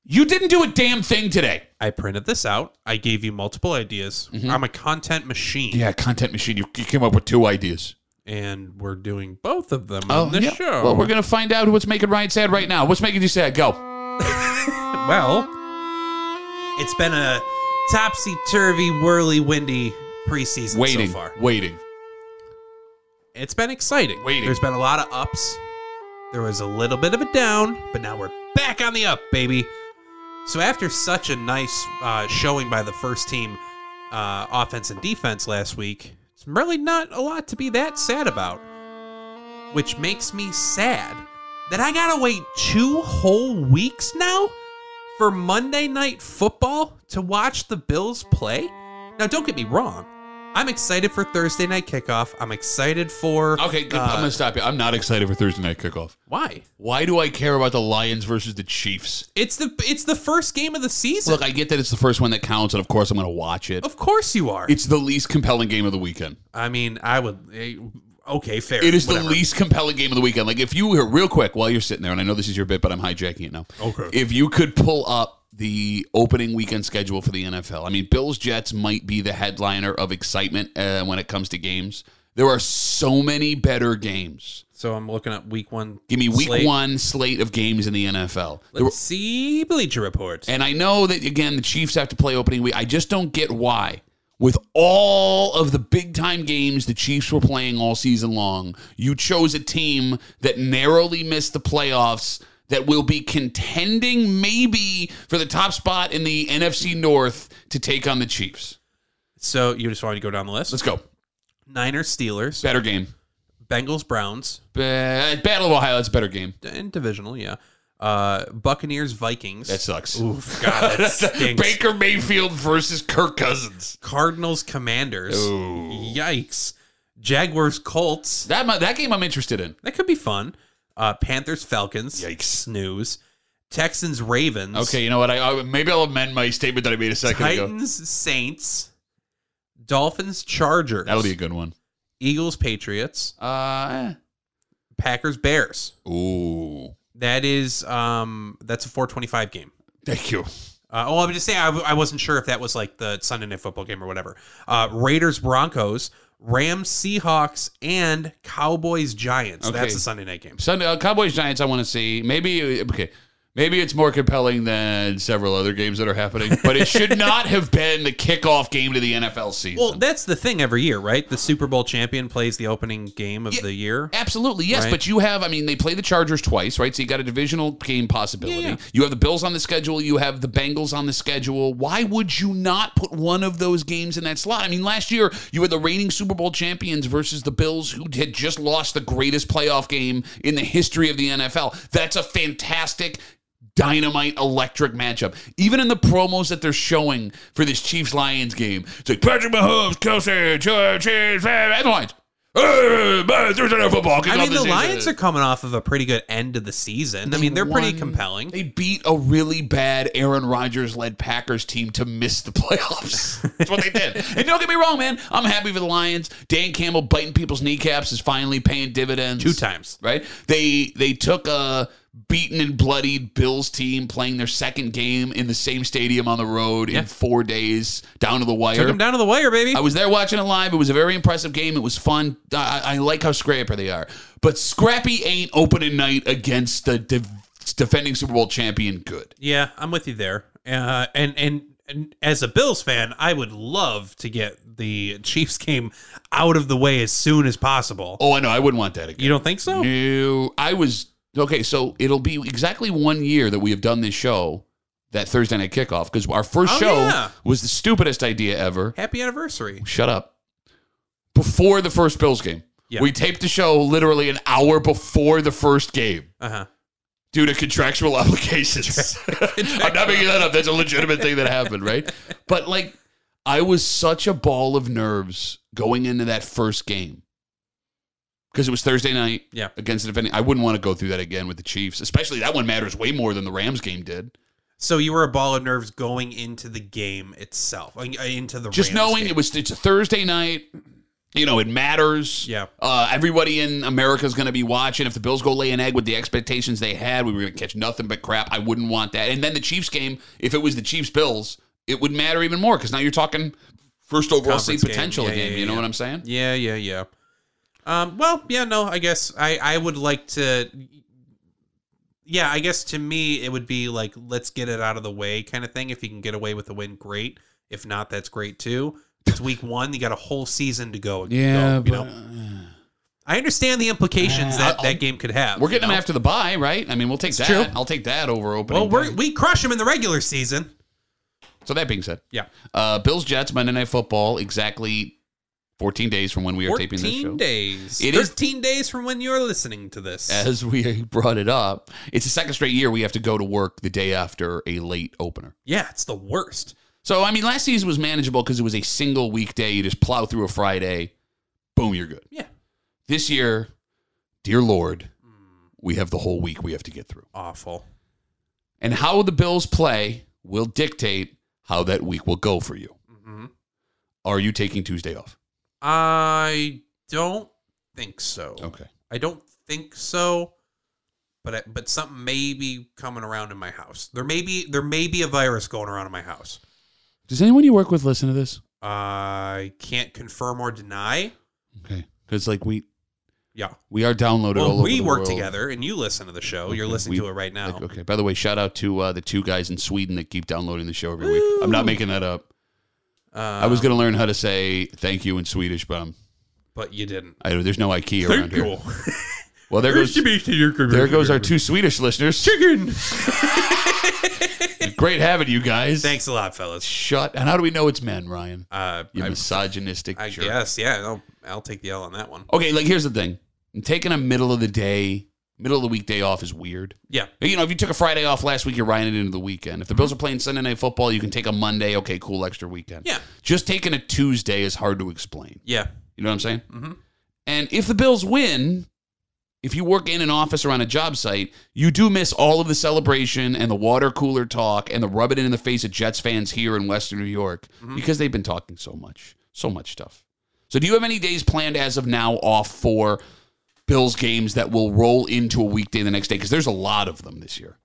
A: You didn't do a damn thing today.
B: I printed this out. I gave you multiple ideas. I'm a content machine,
A: Mm-hmm. Yeah, content machine. You, you came up with two ideas.
B: and we're doing both of them on this
A: Oh, yeah.
B: show.
A: Well, we're gonna find out what's making Ryan sad right now. What's making you sad? Go.
B: Well, it's been a topsy turvy, whirly, windy preseason
A: Waiting.
B: so far.
A: Waiting.
B: It's been exciting.
A: Waiting.
B: There's been a lot of ups. There was a little bit of a down, but now we're back on the up, baby. So after such a nice uh, showing by the first team uh, offense and defense last week, it's really not a lot to be that sad about. Which makes me sad that I gotta wait two whole weeks now for Monday Night Football to watch the Bills play. Now, don't get me wrong. I'm excited for Thursday night kickoff. I'm excited for uh,
A: Okay, good. I'm gonna stop you. I'm not excited for Thursday night kickoff.
B: why?
A: Why do I care about the Lions versus the Chiefs?
B: It's the it's the first game of the season.
A: Look, I get that it's the first one that counts, and of course I'm going to watch it.
B: of course you are.
A: It's the least compelling game of the weekend.
B: I mean, I would. eh, Okay, fair.
A: It is
B: whatever.
A: the least compelling game of the weekend. Like if you were real quick while you're sitting there, and I know this is your bit, but I'm hijacking it now.
B: Okay.
A: If you could pull up the opening weekend schedule for the NFL, I mean, Bills Jets might be the headliner of excitement uh, when it comes to games. There are so many better games.
B: So I'm looking at week one.
A: Give me week
B: slate.
A: one slate of games in the NFL. There were-
B: Let's see Bleacher Report.
A: And I know that again the Chiefs have to play opening week. I just don't get why with all of the big time games the Chiefs were playing all season long, you chose a team that narrowly missed the playoffs that will be contending maybe for the top spot in the NFC North to take on the Chiefs.
B: So you just want me to go down the list?
A: Let's go.
B: Niners, Steelers,
A: Better game.
B: Bengals, Browns,
A: Ba- Battle of Ohio. That's a better game.
B: and divisional, yeah. Uh, Buccaneers, Vikings.
A: That sucks.
B: Oof, God, that stinks.
A: Baker Mayfield versus Kirk Cousins.
B: Cardinals, Commanders.
A: Ooh.
B: Yikes. Jaguars, Colts.
A: That mi- that game I'm interested in.
B: That could be fun. Uh, Panthers, Falcons.
A: Yikes.
B: Snooze. Texans, Ravens.
A: Okay, you know what? I, I maybe I'll amend my statement that I made a second ago.
B: Titans, Saints. Dolphins, Chargers.
A: That'll be a good one.
B: Eagles, Patriots.
A: Uh, eh.
B: Packers, Bears.
A: ooh.
B: That is um that's a 425 game.
A: Thank you.
B: Uh, oh, I'm just saying I, I wasn't sure if that was like the Sunday night football game or whatever. Uh, Raiders, Broncos, Rams, Seahawks, and Cowboys, Giants.
A: Okay.
B: That's the Sunday night game.
A: Sunday uh, Cowboys Giants. I want to see. Maybe okay. Maybe it's more compelling than several other games that are happening, but it should not have been the kickoff game to the NFL season.
B: Well, that's the thing every year, right? The Super Bowl champion plays the opening game of the year.
A: Absolutely, yes.
B: Right.
A: But you have, I mean, they play the Chargers twice, right? So you got a divisional game possibility.
B: Yeah, yeah.
A: You have the Bills on the schedule. You have the Bengals on the schedule. Why would you not put one of those games in that slot? I mean, last year you had the reigning Super Bowl champions versus the Bills, who had just lost the greatest playoff game in the history of the NFL. That's a fantastic. Dynamite electric matchup. Even in the promos that they're showing for this Chiefs Lions game, it's like Patrick Mahomes, Kelsey, George, Chiefs, and the Lions. Hey, man, Thursday night football. kick
B: I
A: off
B: mean, the
A: season.
B: Lions are coming off of a pretty good end of the season. I mean, they're pretty
A: won-
B: compelling.
A: They beat a really bad Aaron Rodgers led Packers team to miss the playoffs. That's what they did. And don't get me wrong, man. I'm happy for the Lions. Dan Campbell biting people's kneecaps is finally paying dividends.
B: Two times.
A: Right? They they took a beaten and bloodied Bills team playing their second game in the same stadium on the road in four days down to the wire.
B: Took them down to the wire, baby.
A: I was there watching it live. It was a very impressive game. It was fun. I, I like how scrappy they are. But scrappy ain't opening night against the de- defending Super Bowl champion good.
B: Yeah, I'm with you there. Uh, and, and and as a Bills fan, I would love to get the Chiefs game out of the way as soon as possible.
A: Oh, I know. I wouldn't want that again.
B: You don't think so?
A: No, I was. Okay, so it'll be exactly one year that we have done this show, that Thursday night kickoff, because our first
B: Oh,
A: show
B: yeah.
A: was the stupidest idea ever.
B: Happy anniversary.
A: Shut up. Before the first Bills game.
B: Yeah.
A: We taped the show literally an hour before the first game.
B: Uh huh.
A: due to contractual obligations. I'm not making that up. That's a legitimate thing that happened, right? But like, I was such a ball of nerves going into that first game because it was Thuday night
B: Yeah.
A: against the defending. I wouldn't want to go through that again with the Chiefs, especially that one matters way more than the Rams game did.
B: So you were a ball of nerves going into the game itself, uh, into the
A: Just
B: Rams
A: knowing
B: game.
A: it was it's a Thursday night. You know, it matters.
B: Yeah.
A: Uh, everybody in America is going to be watching. If the Bills go lay an egg with the expectations they had, we were going to catch nothing but crap. I wouldn't want that. And then the Chiefs game, if it was the Chiefs Bills, it would matter even more because now you're talking first overall seed
B: Conference game.
A: potential
B: Yeah,
A: game.
B: yeah,
A: you know
B: yeah.
A: what I'm saying?
B: Yeah, yeah, yeah. Um, well, yeah, no, I guess I, I would like to. Yeah, I guess to me it would be like let's get it out of the way kind of thing. If you can get away with a win, great. If not, that's great too. It's week one; you got a whole season to go. go, you know? I understand the implications
A: Uh,
B: that
A: I'll-
B: that game could have.
A: we're getting
B: you
A: them
B: know?
A: after the bye, right? I mean, we'll take that.
B: true.
A: I'll take that over opening.
B: Well, we're,
A: day.
B: we crush them in the regular season.
A: so that being said,
B: Yeah,
A: uh, Bills Jets Monday Night Football exactly 14 days from when we are taping this show.
B: fourteen days.
A: It is-
B: Thirteen days from when you're listening to this.
A: as we brought it up, it's the second straight year we have to go to work the day after a late opener.
B: yeah, it's the worst.
A: So, I mean, last season was manageable because it was a single weekday. You just plow through a Friday, boom, you're good.
B: Yeah,
A: This year, dear Lord, we have the whole week we have to get through.
B: awful.
A: And how the Bills play will dictate how that week will go for you.
B: Mm-hmm.
A: Are you taking Tuesday off?
B: I don't think so.
A: Okay.
B: I don't think so. But I, but something may be coming around in my house. There may be there may be a virus going around in my house.
A: Does anyone you work with listen to this?
B: I can't confirm or deny.
A: Okay. Because, like, we.
B: Yeah.
A: We are downloaded all
B: Well,
A: over
B: we
A: the
B: work
A: world.
B: together, and you listen to the show. You're
A: Okay,
B: listening
A: we-
B: to it right now.
A: Like, okay. By the way, shout out to uh, the two guys in Sweden that keep downloading the show every week. I'm not making that up.
B: Uh,
A: I was going to learn how to say thank you in Swedish, but I'm,
B: but you didn't.
A: I, there's no IKEA around here. Well, there goes
B: There
A: there goes our two Swedish listeners.
B: chicken.
A: Great having you guys.
B: Thanks a lot, fellas.
A: Shut. And how do we know it's men, Ryan?
B: Uh,
A: You
B: I,
A: misogynistic
B: I
A: jerk.
B: guess, yeah. I'll, I'll take the L on that one.
A: Okay, like here's the thing. Taking a middle of the day, middle of the weekday off is weird.
B: Yeah,
A: You know, if you took a Friday off last week, you're riding it into the weekend.
B: Mm-hmm.
A: If the Bills are playing Sunday night football, you can take a Monday. Okay, cool, extra weekend.
B: yeah,
A: Just taking a Tuesday is hard to explain.
B: yeah.
A: You know what I'm saying?
B: Mhm.
A: And if the Bills win, if you work in an office or on a job site, you do miss all of the celebration and the water cooler talk and the rubbing it in the face of Jets fans here in Western New York because they've been talking so much, so much stuff. So, do you have any days planned as of now off for Bills games that will roll into a weekday the next day? Because there's a lot of them this year.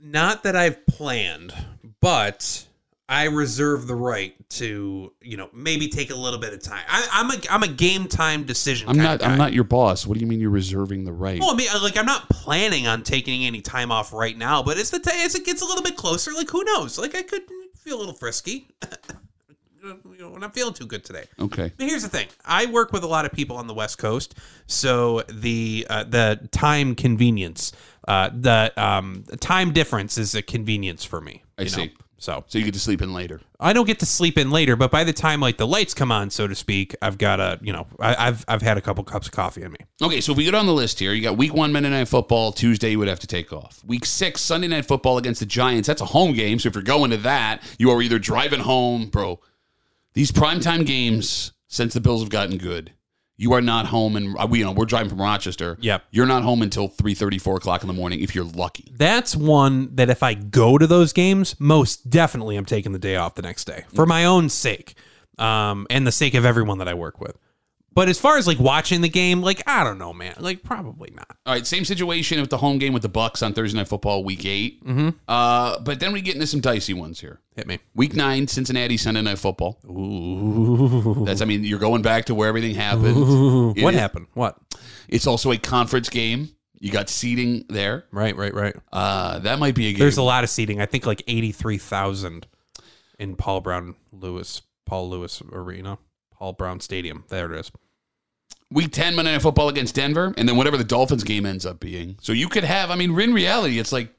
B: Not that I've planned, but I reserve the right to, you know, maybe take a little bit of time. I, I'm a I'm a game time decision.
A: I'm
B: kind
A: not.
B: Of guy.
A: I'm not your boss. What do you mean you're reserving the right?
B: Well, I mean, like I'm not planning on taking any time off right now, but as the t- as it gets a little bit closer, like who knows? Like I could feel a little frisky. you know, when I'm feeling too good today.
A: Okay.
B: But here's the thing: I work with a lot of people on the West Coast, so the uh, the time convenience, uh, the um, time difference is a convenience for me.
A: I
B: you know?
A: see.
B: So
A: So you get to sleep in later.
B: I don't get to sleep in later, but by the time like the lights come on, so to speak, I've got a you know I, I've I've had a couple cups of coffee in me.
A: Okay, so if we go down the list here, you got week one Monday night football, Tuesday you would have to take off. Week six, Sunday night football against the Giants. That's a home game, so if you're going to that, you are either driving home, bro. These primetime games, since the Bills have gotten good, you are not home and uh, we you know, we're driving from Rochester.
B: Yep.
A: You're not home until 3 4 o'clock in the morning if you're lucky.
B: That's one that if I go to those games, most definitely I'm taking the day off the next day for my own sake, um, and the sake of everyone that I work with. But as far as like watching the game, like I don't know, man, like probably not.
A: All right, same situation with the home game with the Bucks on Thursday night football, week 8 Mm-hmm. Uh, but then we get into some dicey ones here.
B: Hit me.
A: Week nine, Cincinnati Sunday night football. That's I mean, you're going back to where everything happened. It
B: what
A: is-
B: happened? What?
A: It's also a conference game. You got seating there.
B: Right, right, right.
A: Uh, that might be a game.
B: There's a lot of seating. I think like eighty three thousand in Paul Brown Lewis Paul Lewis Arena, Paul Brown Stadium. There it is.
A: Week 10 Monday Night Football against Denver, and then whatever the Dolphins game ends up being. So you could have, I mean, in reality, it's like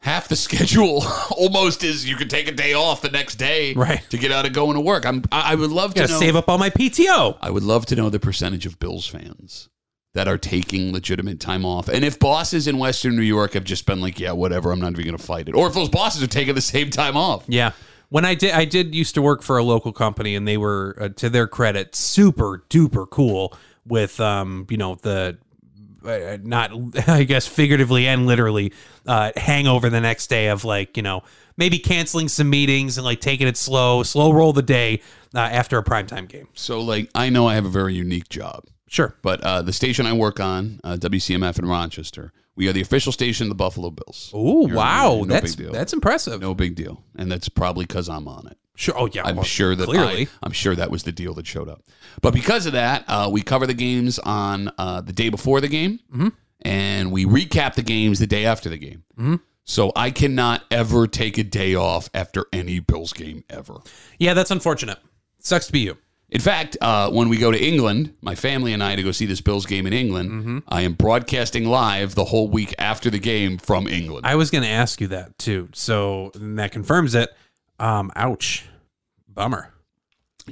A: half the schedule almost is you could take a day off the next day
B: Right.
A: to get out of going to work. I'm, I, I would love to
B: Gotta
A: know.
B: save up all my PTO.
A: I would love to know the percentage of Bills fans that are taking legitimate time off. And if bosses in Western New York have just been like, yeah, whatever, I'm not even going to fight it. Or if those bosses are taking the same time off.
B: Yeah. When I did, I did used to work for a local company, and they were, uh, to their credit, super duper cool with, um, you know, the uh, not, I guess, figuratively and literally, uh, hangover the next day of like, you know, maybe canceling some meetings and like taking it slow, slow roll the day uh, after a primetime game.
A: So, like, I know I have a very unique job,
B: Sure.
A: but uh, the station I work on, uh, WCMF in Rochester, we are the official station of the Buffalo Bills.
B: Ooh, wow,
A: no big
B: that's
A: deal.
B: that's impressive.
A: No big deal. And that's probably because I'm on it.
B: Sure. Oh yeah,
A: I'm
B: well,
A: sure that
B: clearly.
A: I, am sure that was the deal that showed up. But because of that, uh, we cover the games on uh, the day before the game,
B: Mm-hmm.
A: and we recap the games the day after the game.
B: Mm-hmm.
A: So I cannot ever take a day off after any Bills game ever.
B: yeah, that's unfortunate. Sucks to be you.
A: In fact, uh, when we go to England, my family and I to go see this Bills game in England,
B: Mm-hmm.
A: I am broadcasting live the whole week after the game from England.
B: I was going to ask you that too. So and that confirms it. Um, ouch, bummer.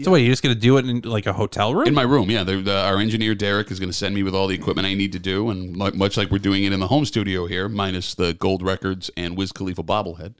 B: So wait, you're just going to do it in like a hotel room?
A: in my room, yeah. The, the, our engineer Derek is going to send me with all the equipment I need to do, and mu- much like we're doing it in the home studio here, minus the gold records and Wiz Khalifa bobblehead.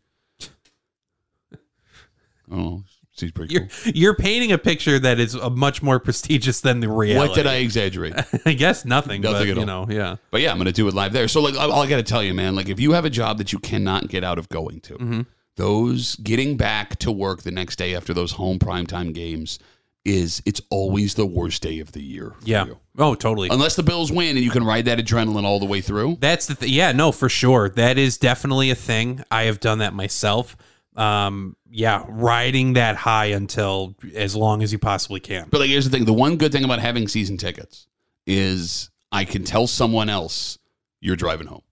A: Oh, she's pretty
B: you're
A: cool.
B: you're painting a picture that is uh much more prestigious than the reality.
A: What did I exaggerate?
B: I guess nothing.
A: Nothing
B: but,
A: at
B: You
A: all.
B: know, yeah.
A: But yeah, I'm going to do it live there. So like, all I got to tell you, man, like if you have a job that you cannot get out of going to,
B: Mm-hmm.
A: those getting back to work the next day after those home primetime games is it's always the worst day of the year. for
B: Yeah.
A: you.
B: Oh, totally.
A: Unless the Bills win and you can ride that adrenaline all the way through.
B: That's the th- yeah, no, for sure. That is definitely a thing. I have done that myself. Um, yeah, riding that high until as long as you possibly can.
A: But like, here's the thing: the one good thing about having season tickets is I can tell someone else you're driving home,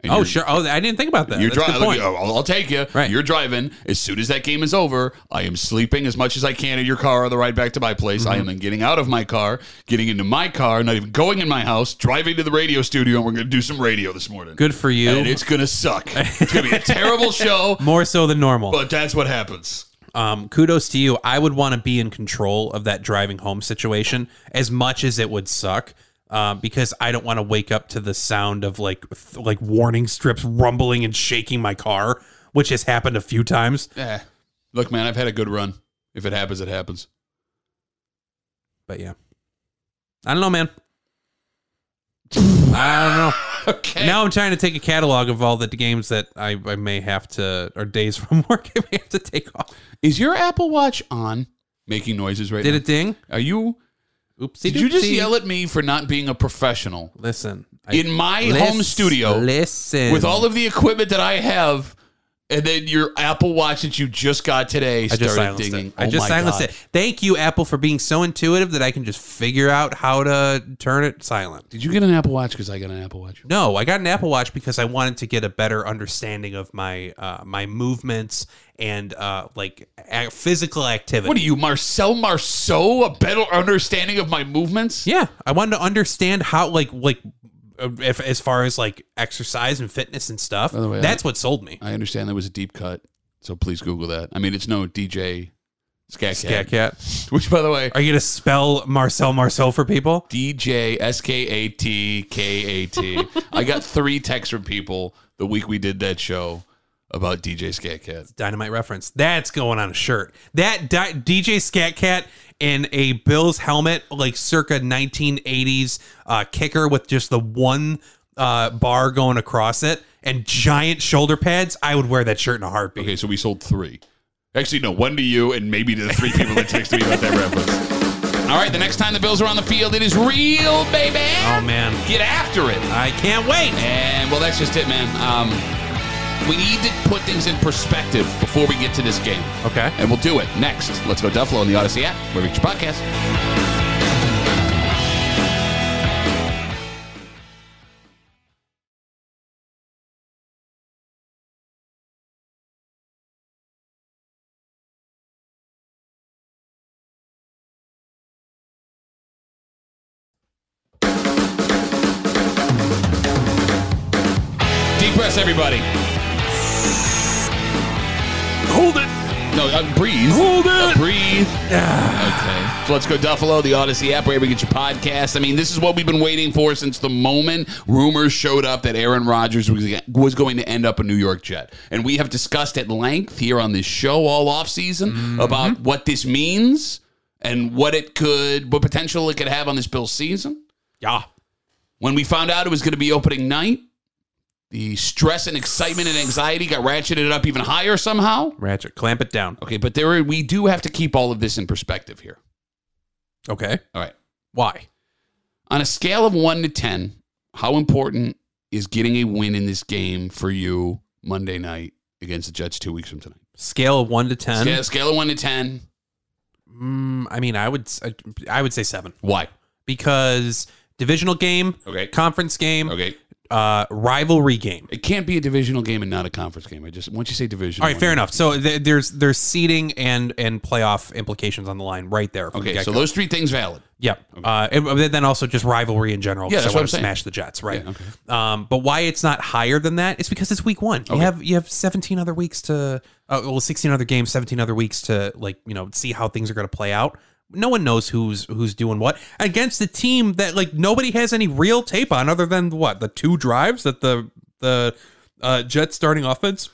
A: and
B: Oh
A: you're-
B: sure. Oh, I didn't think about that.
A: You're
B: That's a good
A: driving.
B: point.
A: I'll, I'll take you.
B: Right.
A: You're driving. As soon as that game is over, I am sleeping as much as I can in your car on the ride back to my place.
B: Mm-hmm.
A: I am then getting out of my car, getting into my car, not even going in my house, driving to the radio studio, and we're going to do some radio this morning.
B: Good for you.
A: And it's going to suck. It's going to be a terrible show,
B: More so than normal.
A: but that's what happens.
B: um, kudos to you. I would want to be in control of that driving home situation as much as it would suck. Uh, because I don't want to wake up to the sound of like th- like warning strips rumbling and shaking my car, which has happened a few times.
A: Eh. Look, man, I've had a good run. If it happens, it happens.
B: But yeah, I don't know, man. I don't know.
A: Okay.
B: Now I'm trying to take a catalog of all the games that I, I may have to or days from work I may have to take off.
A: Is your Apple Watch on? Making noises right
B: Did
A: now.
B: it ding?
A: Are you?
B: Oopsie.
A: Did you just
B: doopsie.
A: yell at me for not being a professional?
B: Listen. I-
A: In my home
B: Lis-
A: studio,
B: Listen.
A: with all of the equipment that I have, and then your Apple Watch that you just got today
B: I
A: started
B: just silenced
A: dinging. Oh
B: it. I just silenced it. Thank you, Apple, for being so intuitive that I can just figure out how to turn it silent.
A: Did you get an Apple Watch? Because I got an Apple Watch.
B: No, I got an Apple Watch because I wanted to get a better understanding of my uh, my movements and uh, like a- physical activity.
A: What are you, Marcel Marceau? A better understanding of my movements?
B: yeah, I wanted to understand how like like uh, if, as far as like exercise and fitness and stuff.
A: the way, I-
B: that's what sold me.
A: I understand that was a deep cut, so please Google that. I mean, it's no DJ Scat
B: Yeah,
A: Cat,
B: cat.
A: which, by the way,
B: Are you gonna spell Marcel Marceau for people?
A: DJ S K A T K A T. I got three texts from people the week we did that show about DJ Scat Cat.
B: dynamite reference. That's going on a shirt. That di- DJ Scat Cat in a Bills helmet, like circa 1980s uh, kicker with just the one uh, bar going across it and giant shoulder pads. I would wear that shirt in a heartbeat.
A: Okay, so we sold three. Actually, no, one to you and maybe to the three people that texted me about that reference. All right, the next time the Bills are on the field, it is real, baby.
B: Oh man,
A: Get after it.
B: I can't wait.
A: And, well, that's just it, man. Um, we need to put things in perspective before we get to this game.
B: Okay.
A: And we'll do it next. Let's go Duffalo on the Odyssey app, where we get your podcast. Deep breath, everybody.
B: Hold it.
A: No, uh, breathe.
B: Hold
A: Uh,
B: it. Ah.
A: breathe. Okay. So let's go Duffalo, the Odyssey app, wherever you get your podcast. I mean, this is what we've been waiting for since the moment rumors showed up that Aaron Rodgers was, was going to end up a New York Jet. And we have discussed at length here on this show all offseason
B: Mm-hmm.
A: about what this means and what it could, what potential it could have on this Bills season.
B: Yeah.
A: When we found out it was going to be opening night, the stress and excitement and anxiety got ratcheted up even higher somehow.
B: Ratchet, clamp it down.
A: Okay, but there we do have to keep all of this in perspective here.
B: Okay.
A: All right.
B: Why?
A: On a scale of 1 to 10, how important is getting a win in this game for you Monday night against the Jets 2 weeks from tonight?
B: Scale of one to ten.
A: Scale, scale of 1 to 10.
B: Mm, I mean, I would, s- I- I would say seven
A: Why?
B: because divisional game,
A: Okay.
B: conference game,
A: Okay.
B: uh, rivalry game.
A: It can't be a divisional game and not a conference game. I just once you say divisional.
B: All right, fair enough. So th- there's there's seating and and playoff implications on the line right there. From
A: Okay,
B: the
A: so
B: get-go.
A: those three things valid.
B: yep. Uh, and- but then also just rivalry in general.
A: Yeah,
B: 'cause
A: that's
B: I
A: what
B: want
A: I'm
B: to
A: saying.
B: smash the Jets, right?
A: Yeah, okay.
B: Um, but why it's not higher than that? It's because it's week one. You have you have 17 other weeks to, uh, well, 16 other games, 17 other weeks to like you know see how things are going to play out. No one knows who's who's doing what against the team that like nobody has any real tape on other than what the two drives that the the uh, Jets starting offense.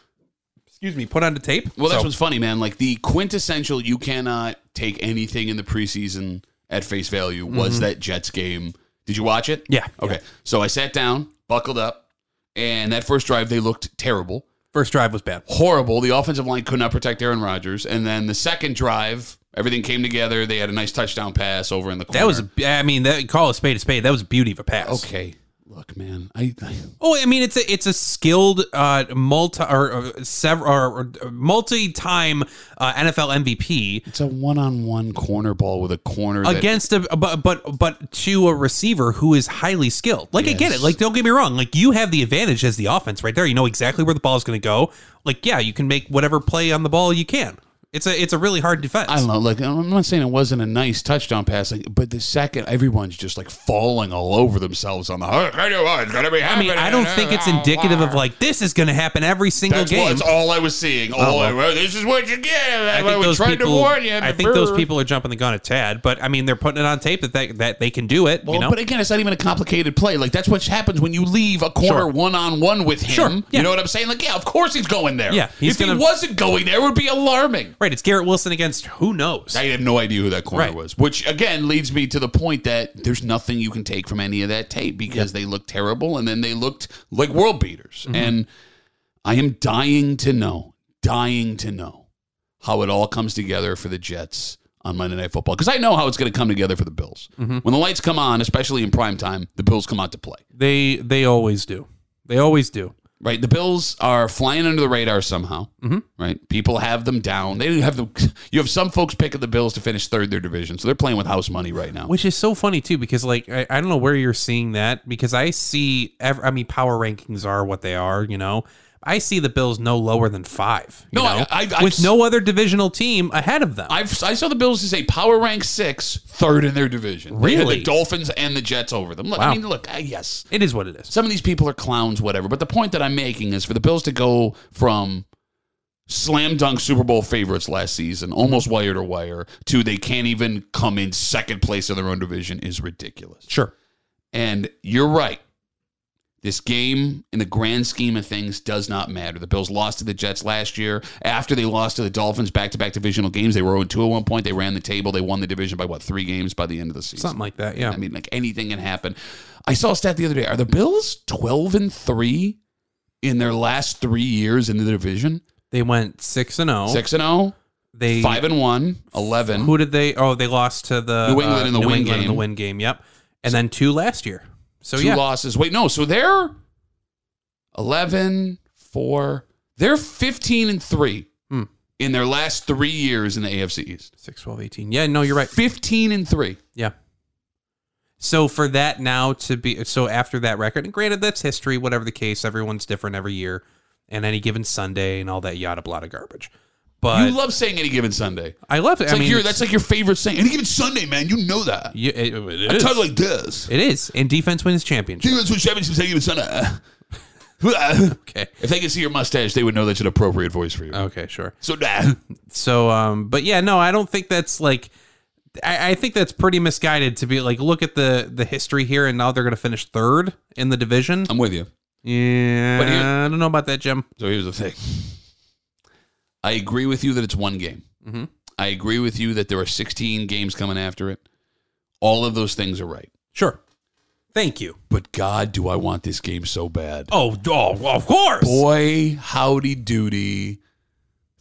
B: Excuse me, put onto tape.
A: Well, that's
B: So-
A: what's funny, man. Like the quintessential, you cannot take anything in the preseason at face value was that Jets game. Did you watch it?
B: Mm-hmm. Yeah.
A: Okay. So I sat down, buckled up, and that first drive, they looked terrible,
B: First drive was bad.
A: horrible. The offensive line could not protect Aaron Rodgers. And then the second drive, everything came together. They had a nice touchdown pass over in the corner.
B: That was, a- I mean, that call a spade a spade. That was a beauty of a pass.
A: okay. Look, man, I, I
B: Oh, I mean, it's a it's a skilled uh, multi or, or several or, or multi-time uh, NFL MVP
A: it's a one-on-one corner ball with a corner that-
B: against a but but but to a receiver who is highly skilled. Like I get it.
A: Yes.
B: Like don't get me wrong. Like you have the advantage as the offense right there. You know exactly where the ball is going to go. Like yeah, you can make whatever play on the ball you can. It's a it's a really hard defense.
A: I don't know. Like I'm not saying it wasn't a nice touchdown pass, like, but the second everyone's just like falling all over themselves on the. "Oh, It's gonna be
B: I mean, I don't think it's indicative of like this is going to happen every single
A: That's,
B: game. Oh,
A: what, that's all I was seeing. All I, well, this is what you get.
B: I
A: That's
B: think
A: what we
B: those
A: tried
B: people.
A: to warn you.
B: I think those people are jumping the gun a tad, but I mean they're putting it on tape that they, that they can do it.
A: Well,
B: you know,
A: but again, it's not even a complicated play. Like that's what happens when you leave a corner
B: Sure.
A: one on one with him.
B: Sure, yeah.
A: You know what I'm saying? Like, yeah, of course he's going there.
B: Yeah, he's
A: if
B: gonna-
A: he wasn't going there, it would be alarming.
B: right? It's Garrett Wilson against who knows.
A: I have no idea who that corner
B: Right.
A: was, which again leads me to the point that there's nothing you can take from any of that tape because they looked terrible and then they looked like world beaters. And I am dying to know, dying to know how it all comes together for the Jets on Monday Night Football because I know how it's going to come together for the Bills. When the lights come on, especially in prime time, the Bills come out to play.
B: They they always do. They always do.
A: Right, the Bills are flying under the radar somehow. Right, people have them down. They have the. You have some folks picking the Bills to finish third in their division, so they're playing with house money right now.
B: Which is so funny too, because like I, I don't know where you're seeing that because I see ev I mean power rankings are what they are, you know. I see the Bills no lower than five. you
A: No, I-
B: know,
A: I- I-
B: with no other divisional team ahead of them.
A: I've, I saw the Bills as a power rank six, third in their division. They had
B: Really?
A: the Dolphins and the Jets over them. Look, I mean, look, uh, yes,
B: it is what it is.
A: some of these people are clowns, whatever. But the point that I'm making is for the Bills to go from slam dunk Super Bowl favorites last season, almost wire to wire, to they can't even come in second place in their own division is ridiculous.
B: Sure.
A: And you're right. This game, in the grand scheme of things, does not matter. The Bills lost to the Jets last year. After they lost to the Dolphins back to back divisional games, they were 0 2 at one point. They ran the table. They won the division by, what, three games by the end of the season?
B: Something like that. Yeah.
A: I mean, like anything can happen. I saw a stat the other day. Are the Bills 12 and 3 in their last three years in the division?
B: they went six and oh.
A: 6 and 0,
B: They
A: 5 and 1, 11.
B: Who did they? Oh, they lost to the uh,
A: New England in the
B: New
A: win
B: England in the
A: game.
B: win game. Yep, and then two last year. So
A: two
B: yeah,
A: losses. Wait, no. So they're 11, 4. They're 15 and 3
B: Hmm.
A: in their last three years in the AFC East.
B: six, twelve, eighteen. Yeah, no, you're right.
A: 15 and 3.
B: Yeah. So for that now to be so after that record, and granted that's history, whatever the case, everyone's different every year, and any given Sunday and all that yada blada garbage. But
A: you love saying any given Sunday.
B: I love it.
A: It's
B: I
A: like
B: mean,
A: your,
B: it's-
A: that's like your favorite saying. Any given Sunday, man. You know that.
B: you- it- it
A: I
B: is.
A: talk like this.
B: It is, and defense wins championship.
A: Defense wins championships any given Sunday.
B: Okay,
A: if they could see your mustache, they would know that's an appropriate voice for you.
B: okay, sure.
A: so, nah.
B: So, um, but yeah, no, I don't think that's like. I, I think that's pretty misguided to be like, look at the the history here, and now they're going to finish third in the division.
A: I'm with you.
B: Yeah,
A: But here-
B: I don't know about that, Jim.
A: So here's the thing. I agree with you that it's one game.
B: Mhm.
A: I agree with you that there are 16 games coming after it. All of those things are right.
B: Sure, thank you.
A: But God, do I want this game so bad.
B: Oh, oh of course.
A: Boy, howdy doody.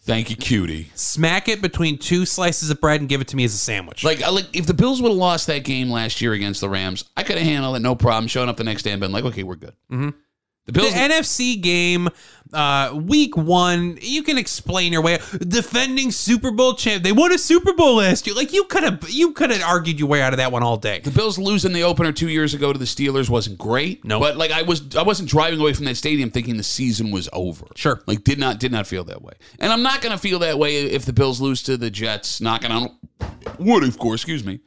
A: Thank you, cutie.
B: Smack it between two slices of bread and give it to me as a sandwich.
A: Like, I, like if the Bills would have lost that game last year against the Rams, I could have handled it no problem. Showing up the next day and been like, okay, we're good.
B: Mhm.
A: The
B: the
A: Bills,
B: NFC game, uh, week one, you can explain your way. Defending Super Bowl champ, they won a Super Bowl last year. Like you could have, you could have argued your way out of that one all day.
A: the Bills losing the opener two years ago to the Steelers wasn't great.
B: No.
A: but like I was, I wasn't driving away from that stadium thinking the season was over.
B: Sure.
A: Like did not did not feel that way. And I'm not going to feel that way if the Bills lose to the Jets knocking on wood, of course, excuse me.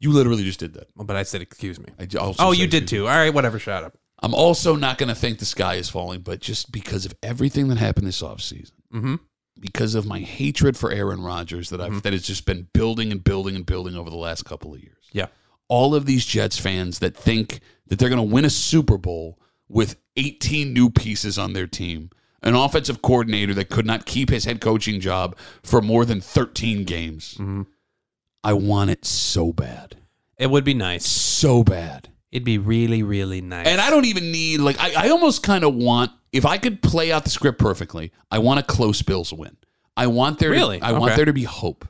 A: You literally just did that.
B: Well, but I said, excuse me.
A: I j- also
B: Oh,
A: said
B: you did
A: excuse me.
B: too. All right, whatever. Shut up.
A: I'm also not going to think the sky is falling, but just because of everything that happened this offseason.
B: Mhm.
A: Because of my hatred for Aaron Rodgers that I've
B: Mm-hmm.
A: that has just been building and building and building over the last couple of years.
B: Yeah.
A: all of these Jets fans that think that they're going to win a Super Bowl with 18 new pieces on their team, an offensive coordinator that could not keep his head coaching job for more than 13 games.
B: Mm-hmm.
A: I want it so bad.
B: It would be nice.
A: So bad.
B: It'd be really, really nice.
A: And I don't even need, like, I, I almost kind of want, if I could play out the script perfectly, I want a close Bills win. I want there,
B: Really?
A: to, I want
B: Okay.
A: there to be hope.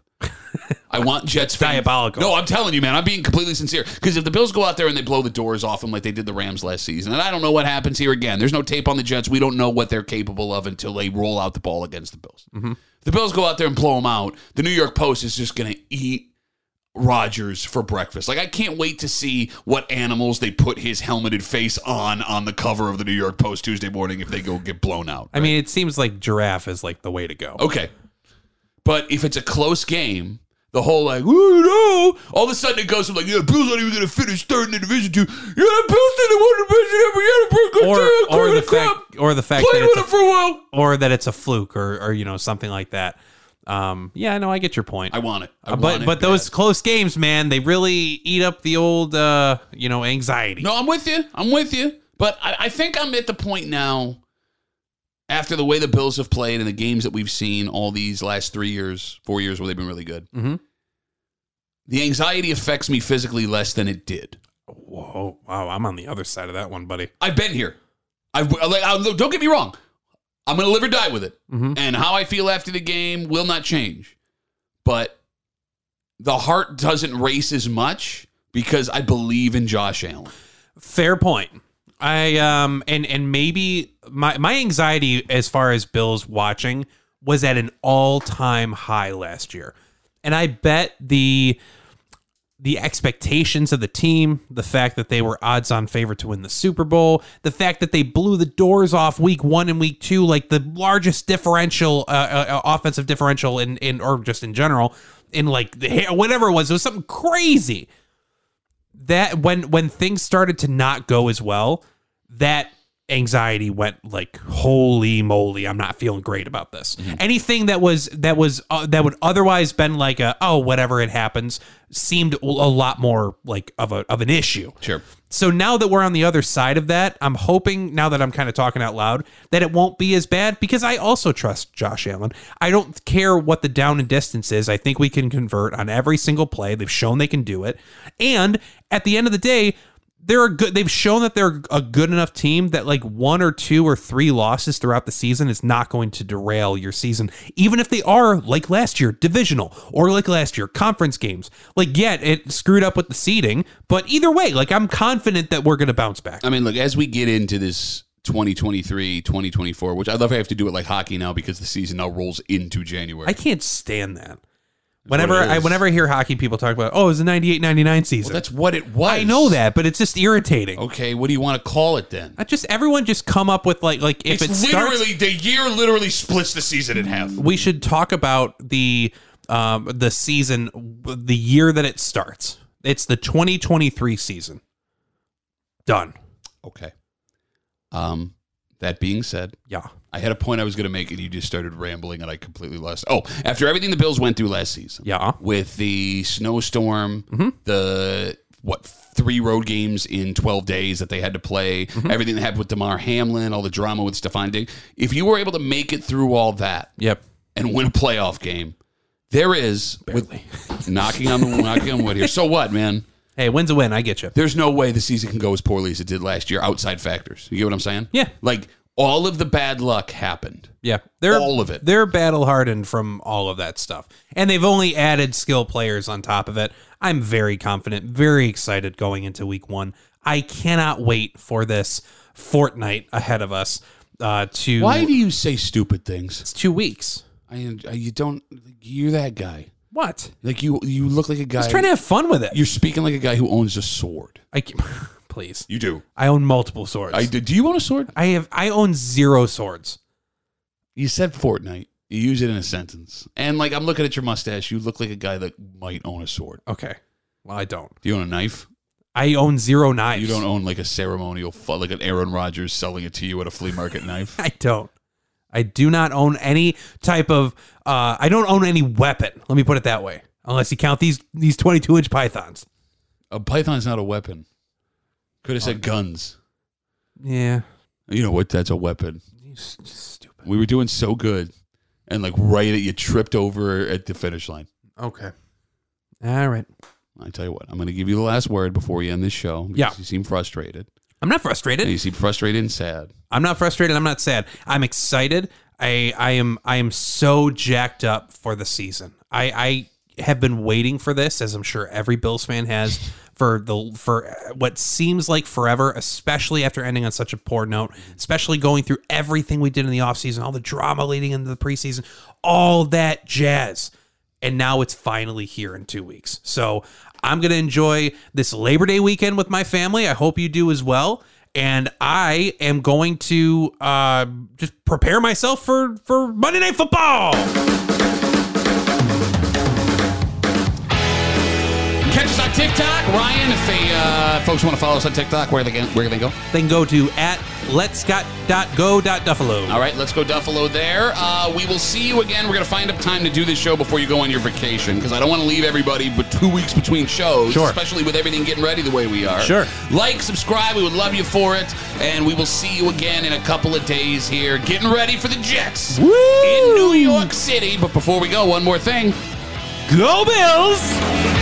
A: I want Jets fans.
B: Diabolical.
A: No, I'm telling you, man. I'm being completely sincere. Because if the Bills go out there and they blow the doors off them like they did the Rams last season, and I don't know what happens here again. There's no tape on the Jets. We don't know what they're capable of until they roll out the ball against the Bills. If the Bills go out there and blow them out, the New York Post is just going to eat Rodgers for breakfast. Like I can't wait to see what animals they put his helmeted face on on the cover of the New York Post Tuesday morning if they go get blown out.
B: I mean, it seems like giraffe is like the way to go.
A: Okay. But if it's a close game, the whole like, "Ooh, no, all of a sudden it goes from like, yeah, Bills not even going to finish third in the division to, yeah, the Bills didn't win the division every year. Brooklyn
B: Or,
A: Terriers,
B: or
A: crap,
B: the
A: crap,
B: fact, or the fact that
A: played
B: it's
A: with
B: a
A: it for a while.
B: or that it's a fluke or, or you know something like that. Um, yeah, no, I get your point. Uh,
A: I want it. I want
B: but
A: it
B: but
A: bad.
B: those close games, man, they really eat up the old uh, you know anxiety.
A: No, I'm with you. I'm with you. But I, I think I'm at the point now, after the way the Bills have played and the games that we've seen all these last three years, four years where they've been really good,
B: Mhm.
A: the anxiety affects me physically less than it did.
B: Whoa, wow, I'm on the other side of that one, buddy.
A: I've been here. I've like, I, don't get me wrong. I'm gonna live or die with it,
B: Mhm.
A: and how I feel after the game will not change. But the heart doesn't race as much because I believe in Josh Allen.
B: Fair point. I um and and maybe my my anxiety as far as Bills watching was at an all time high last year, and I bet the the expectations of the team, the fact that they were odds on favorite to win the Super Bowl, the fact that they blew the doors off week one and week two, like the largest differential, uh, uh, uh, offensive differential in, in, or just in general, in like the, whatever it was, it was something crazy. That when, when things started to not go as well, that anxiety went like holy moly i'm not feeling great about this anything that was that was uh, that would otherwise been like a oh whatever it happens seemed a lot more like of a of an issue
A: Sure.
B: so now that we're on the other side of that i'm hoping now that i'm kind of talking out loud that it won't be as bad because i also trust josh allen i don't care what the down and distance is i think we can convert on every single play they've shown they can do it and at the end of the day they're a good they've shown that they're a good enough team that like one or two or three losses throughout the season is not going to derail your season even if they are like last year divisional or like last year conference games like yet it screwed up with the seeding but either way like i'm confident that we're going to bounce back
A: I mean, look, as we get into this 2023, 2024, which I love, I have to do it like hockey now because the season now rolls into January.
B: i can't stand that whenever
A: what it
B: i
A: is.
B: whenever i hear hockey people talk about oh it was a 98-99 season
A: That's what it was.
B: i know that but it's just irritating
A: Okay, what do you want to call it then?
B: I just everyone just come up with like like if
A: It's
B: it starts
A: literally the year literally splits the season in half.
B: we should talk about the um, the season the year that it starts. It's the 2023 season. Done.
A: Okay. Um, that being said,
B: Yeah.
A: I had a point I was going to make, and you just started rambling, and I completely lost. Oh, after everything the Bills went through last season,
B: Yeah.
A: with the snowstorm, the what three road games in twelve days that they had to play, everything that happened with Damar Hamlin, all the drama with Stephon Diggs. If you were able to make it through all that
B: Yep.
A: and win a playoff game, there is with- knocking on the knocking on wood here. So what, man?
B: Hey, wins a win. I get you.
A: there's no way the season can go as poorly as it did last year outside factors. You get what I'm saying?
B: Yeah.
A: Like all of the bad luck happened.
B: Yeah. They're
A: All of it.
B: They're battle hardened from all of that stuff. And they've only added skill players on top of it. I'm very confident, very excited going into week one. I cannot wait for this fortnight ahead of us. Uh to
A: Why do you say stupid things?
B: it's two weeks.
A: I, I you don't you're that guy.
B: What?
A: Like you you look like a guy.
B: I was trying to have fun with it.
A: you're speaking like a guy who owns a sword.
B: I can, please.
A: You do.
B: I own multiple swords.
A: I
B: I,
A: do. Do you own a sword?
B: have I own zero swords.
A: You said Fortnite. You use it in a sentence. And like I'm looking at your mustache, you look like a guy that might own a sword.
B: Okay. Well, I don't.
A: Do you own a knife?
B: I own zero knives.
A: You don't own like a ceremonial fu- like an Aaron Rodgers selling it to you at a flea market knife.
B: I don't. I do not own any type of. Uh, I don't own any weapon. Let me put it that way. Unless you count these these twenty two inch pythons.
A: A python's not a weapon. Could have said guns.
B: Yeah.
A: You know what? That's a weapon.
B: You s- stupid.
A: We were doing so good, and like right at you tripped over at the finish line.
B: Okay. All right.
A: I tell you what, I'm going to give you the last word before we end this show. because
B: Yeah.
A: you seem frustrated.
B: I'm not
A: And
B: frustrated.
A: you seem frustrated and sad.
B: I'm not frustrated. I'm not sad. I'm excited. I I am I am so jacked up for the season. I I have been waiting for this, as I'm sure every Bills fan has for the for what seems like forever, especially after ending on such a poor note, especially going through everything we did in the offseason, all the drama leading into the preseason, all that jazz. And now it's finally here in two weeks. So I'm going to enjoy this Labor Day weekend with my family. I hope you do as well. And I am going to uh, just prepare myself for, for Monday Night Football.
A: Catch us on TikTok, Ryan. If they uh, folks want to follow us on TikTok, where they can, where can they go?
B: Then go to at letscott.go.duffalo.
A: All right, let's go Duffalo there. Uh, we will see you again. We're going to find up time to do this show before you go on your vacation because I don't want to leave everybody but two weeks between shows,
B: Sure.
A: especially with everything getting ready the way we are.
B: Sure.
A: Like, subscribe. We would love you for it. And we will see you again in a couple of days here, getting ready for the Jets in New York City. But before we go, one more thing.
B: Go Bills!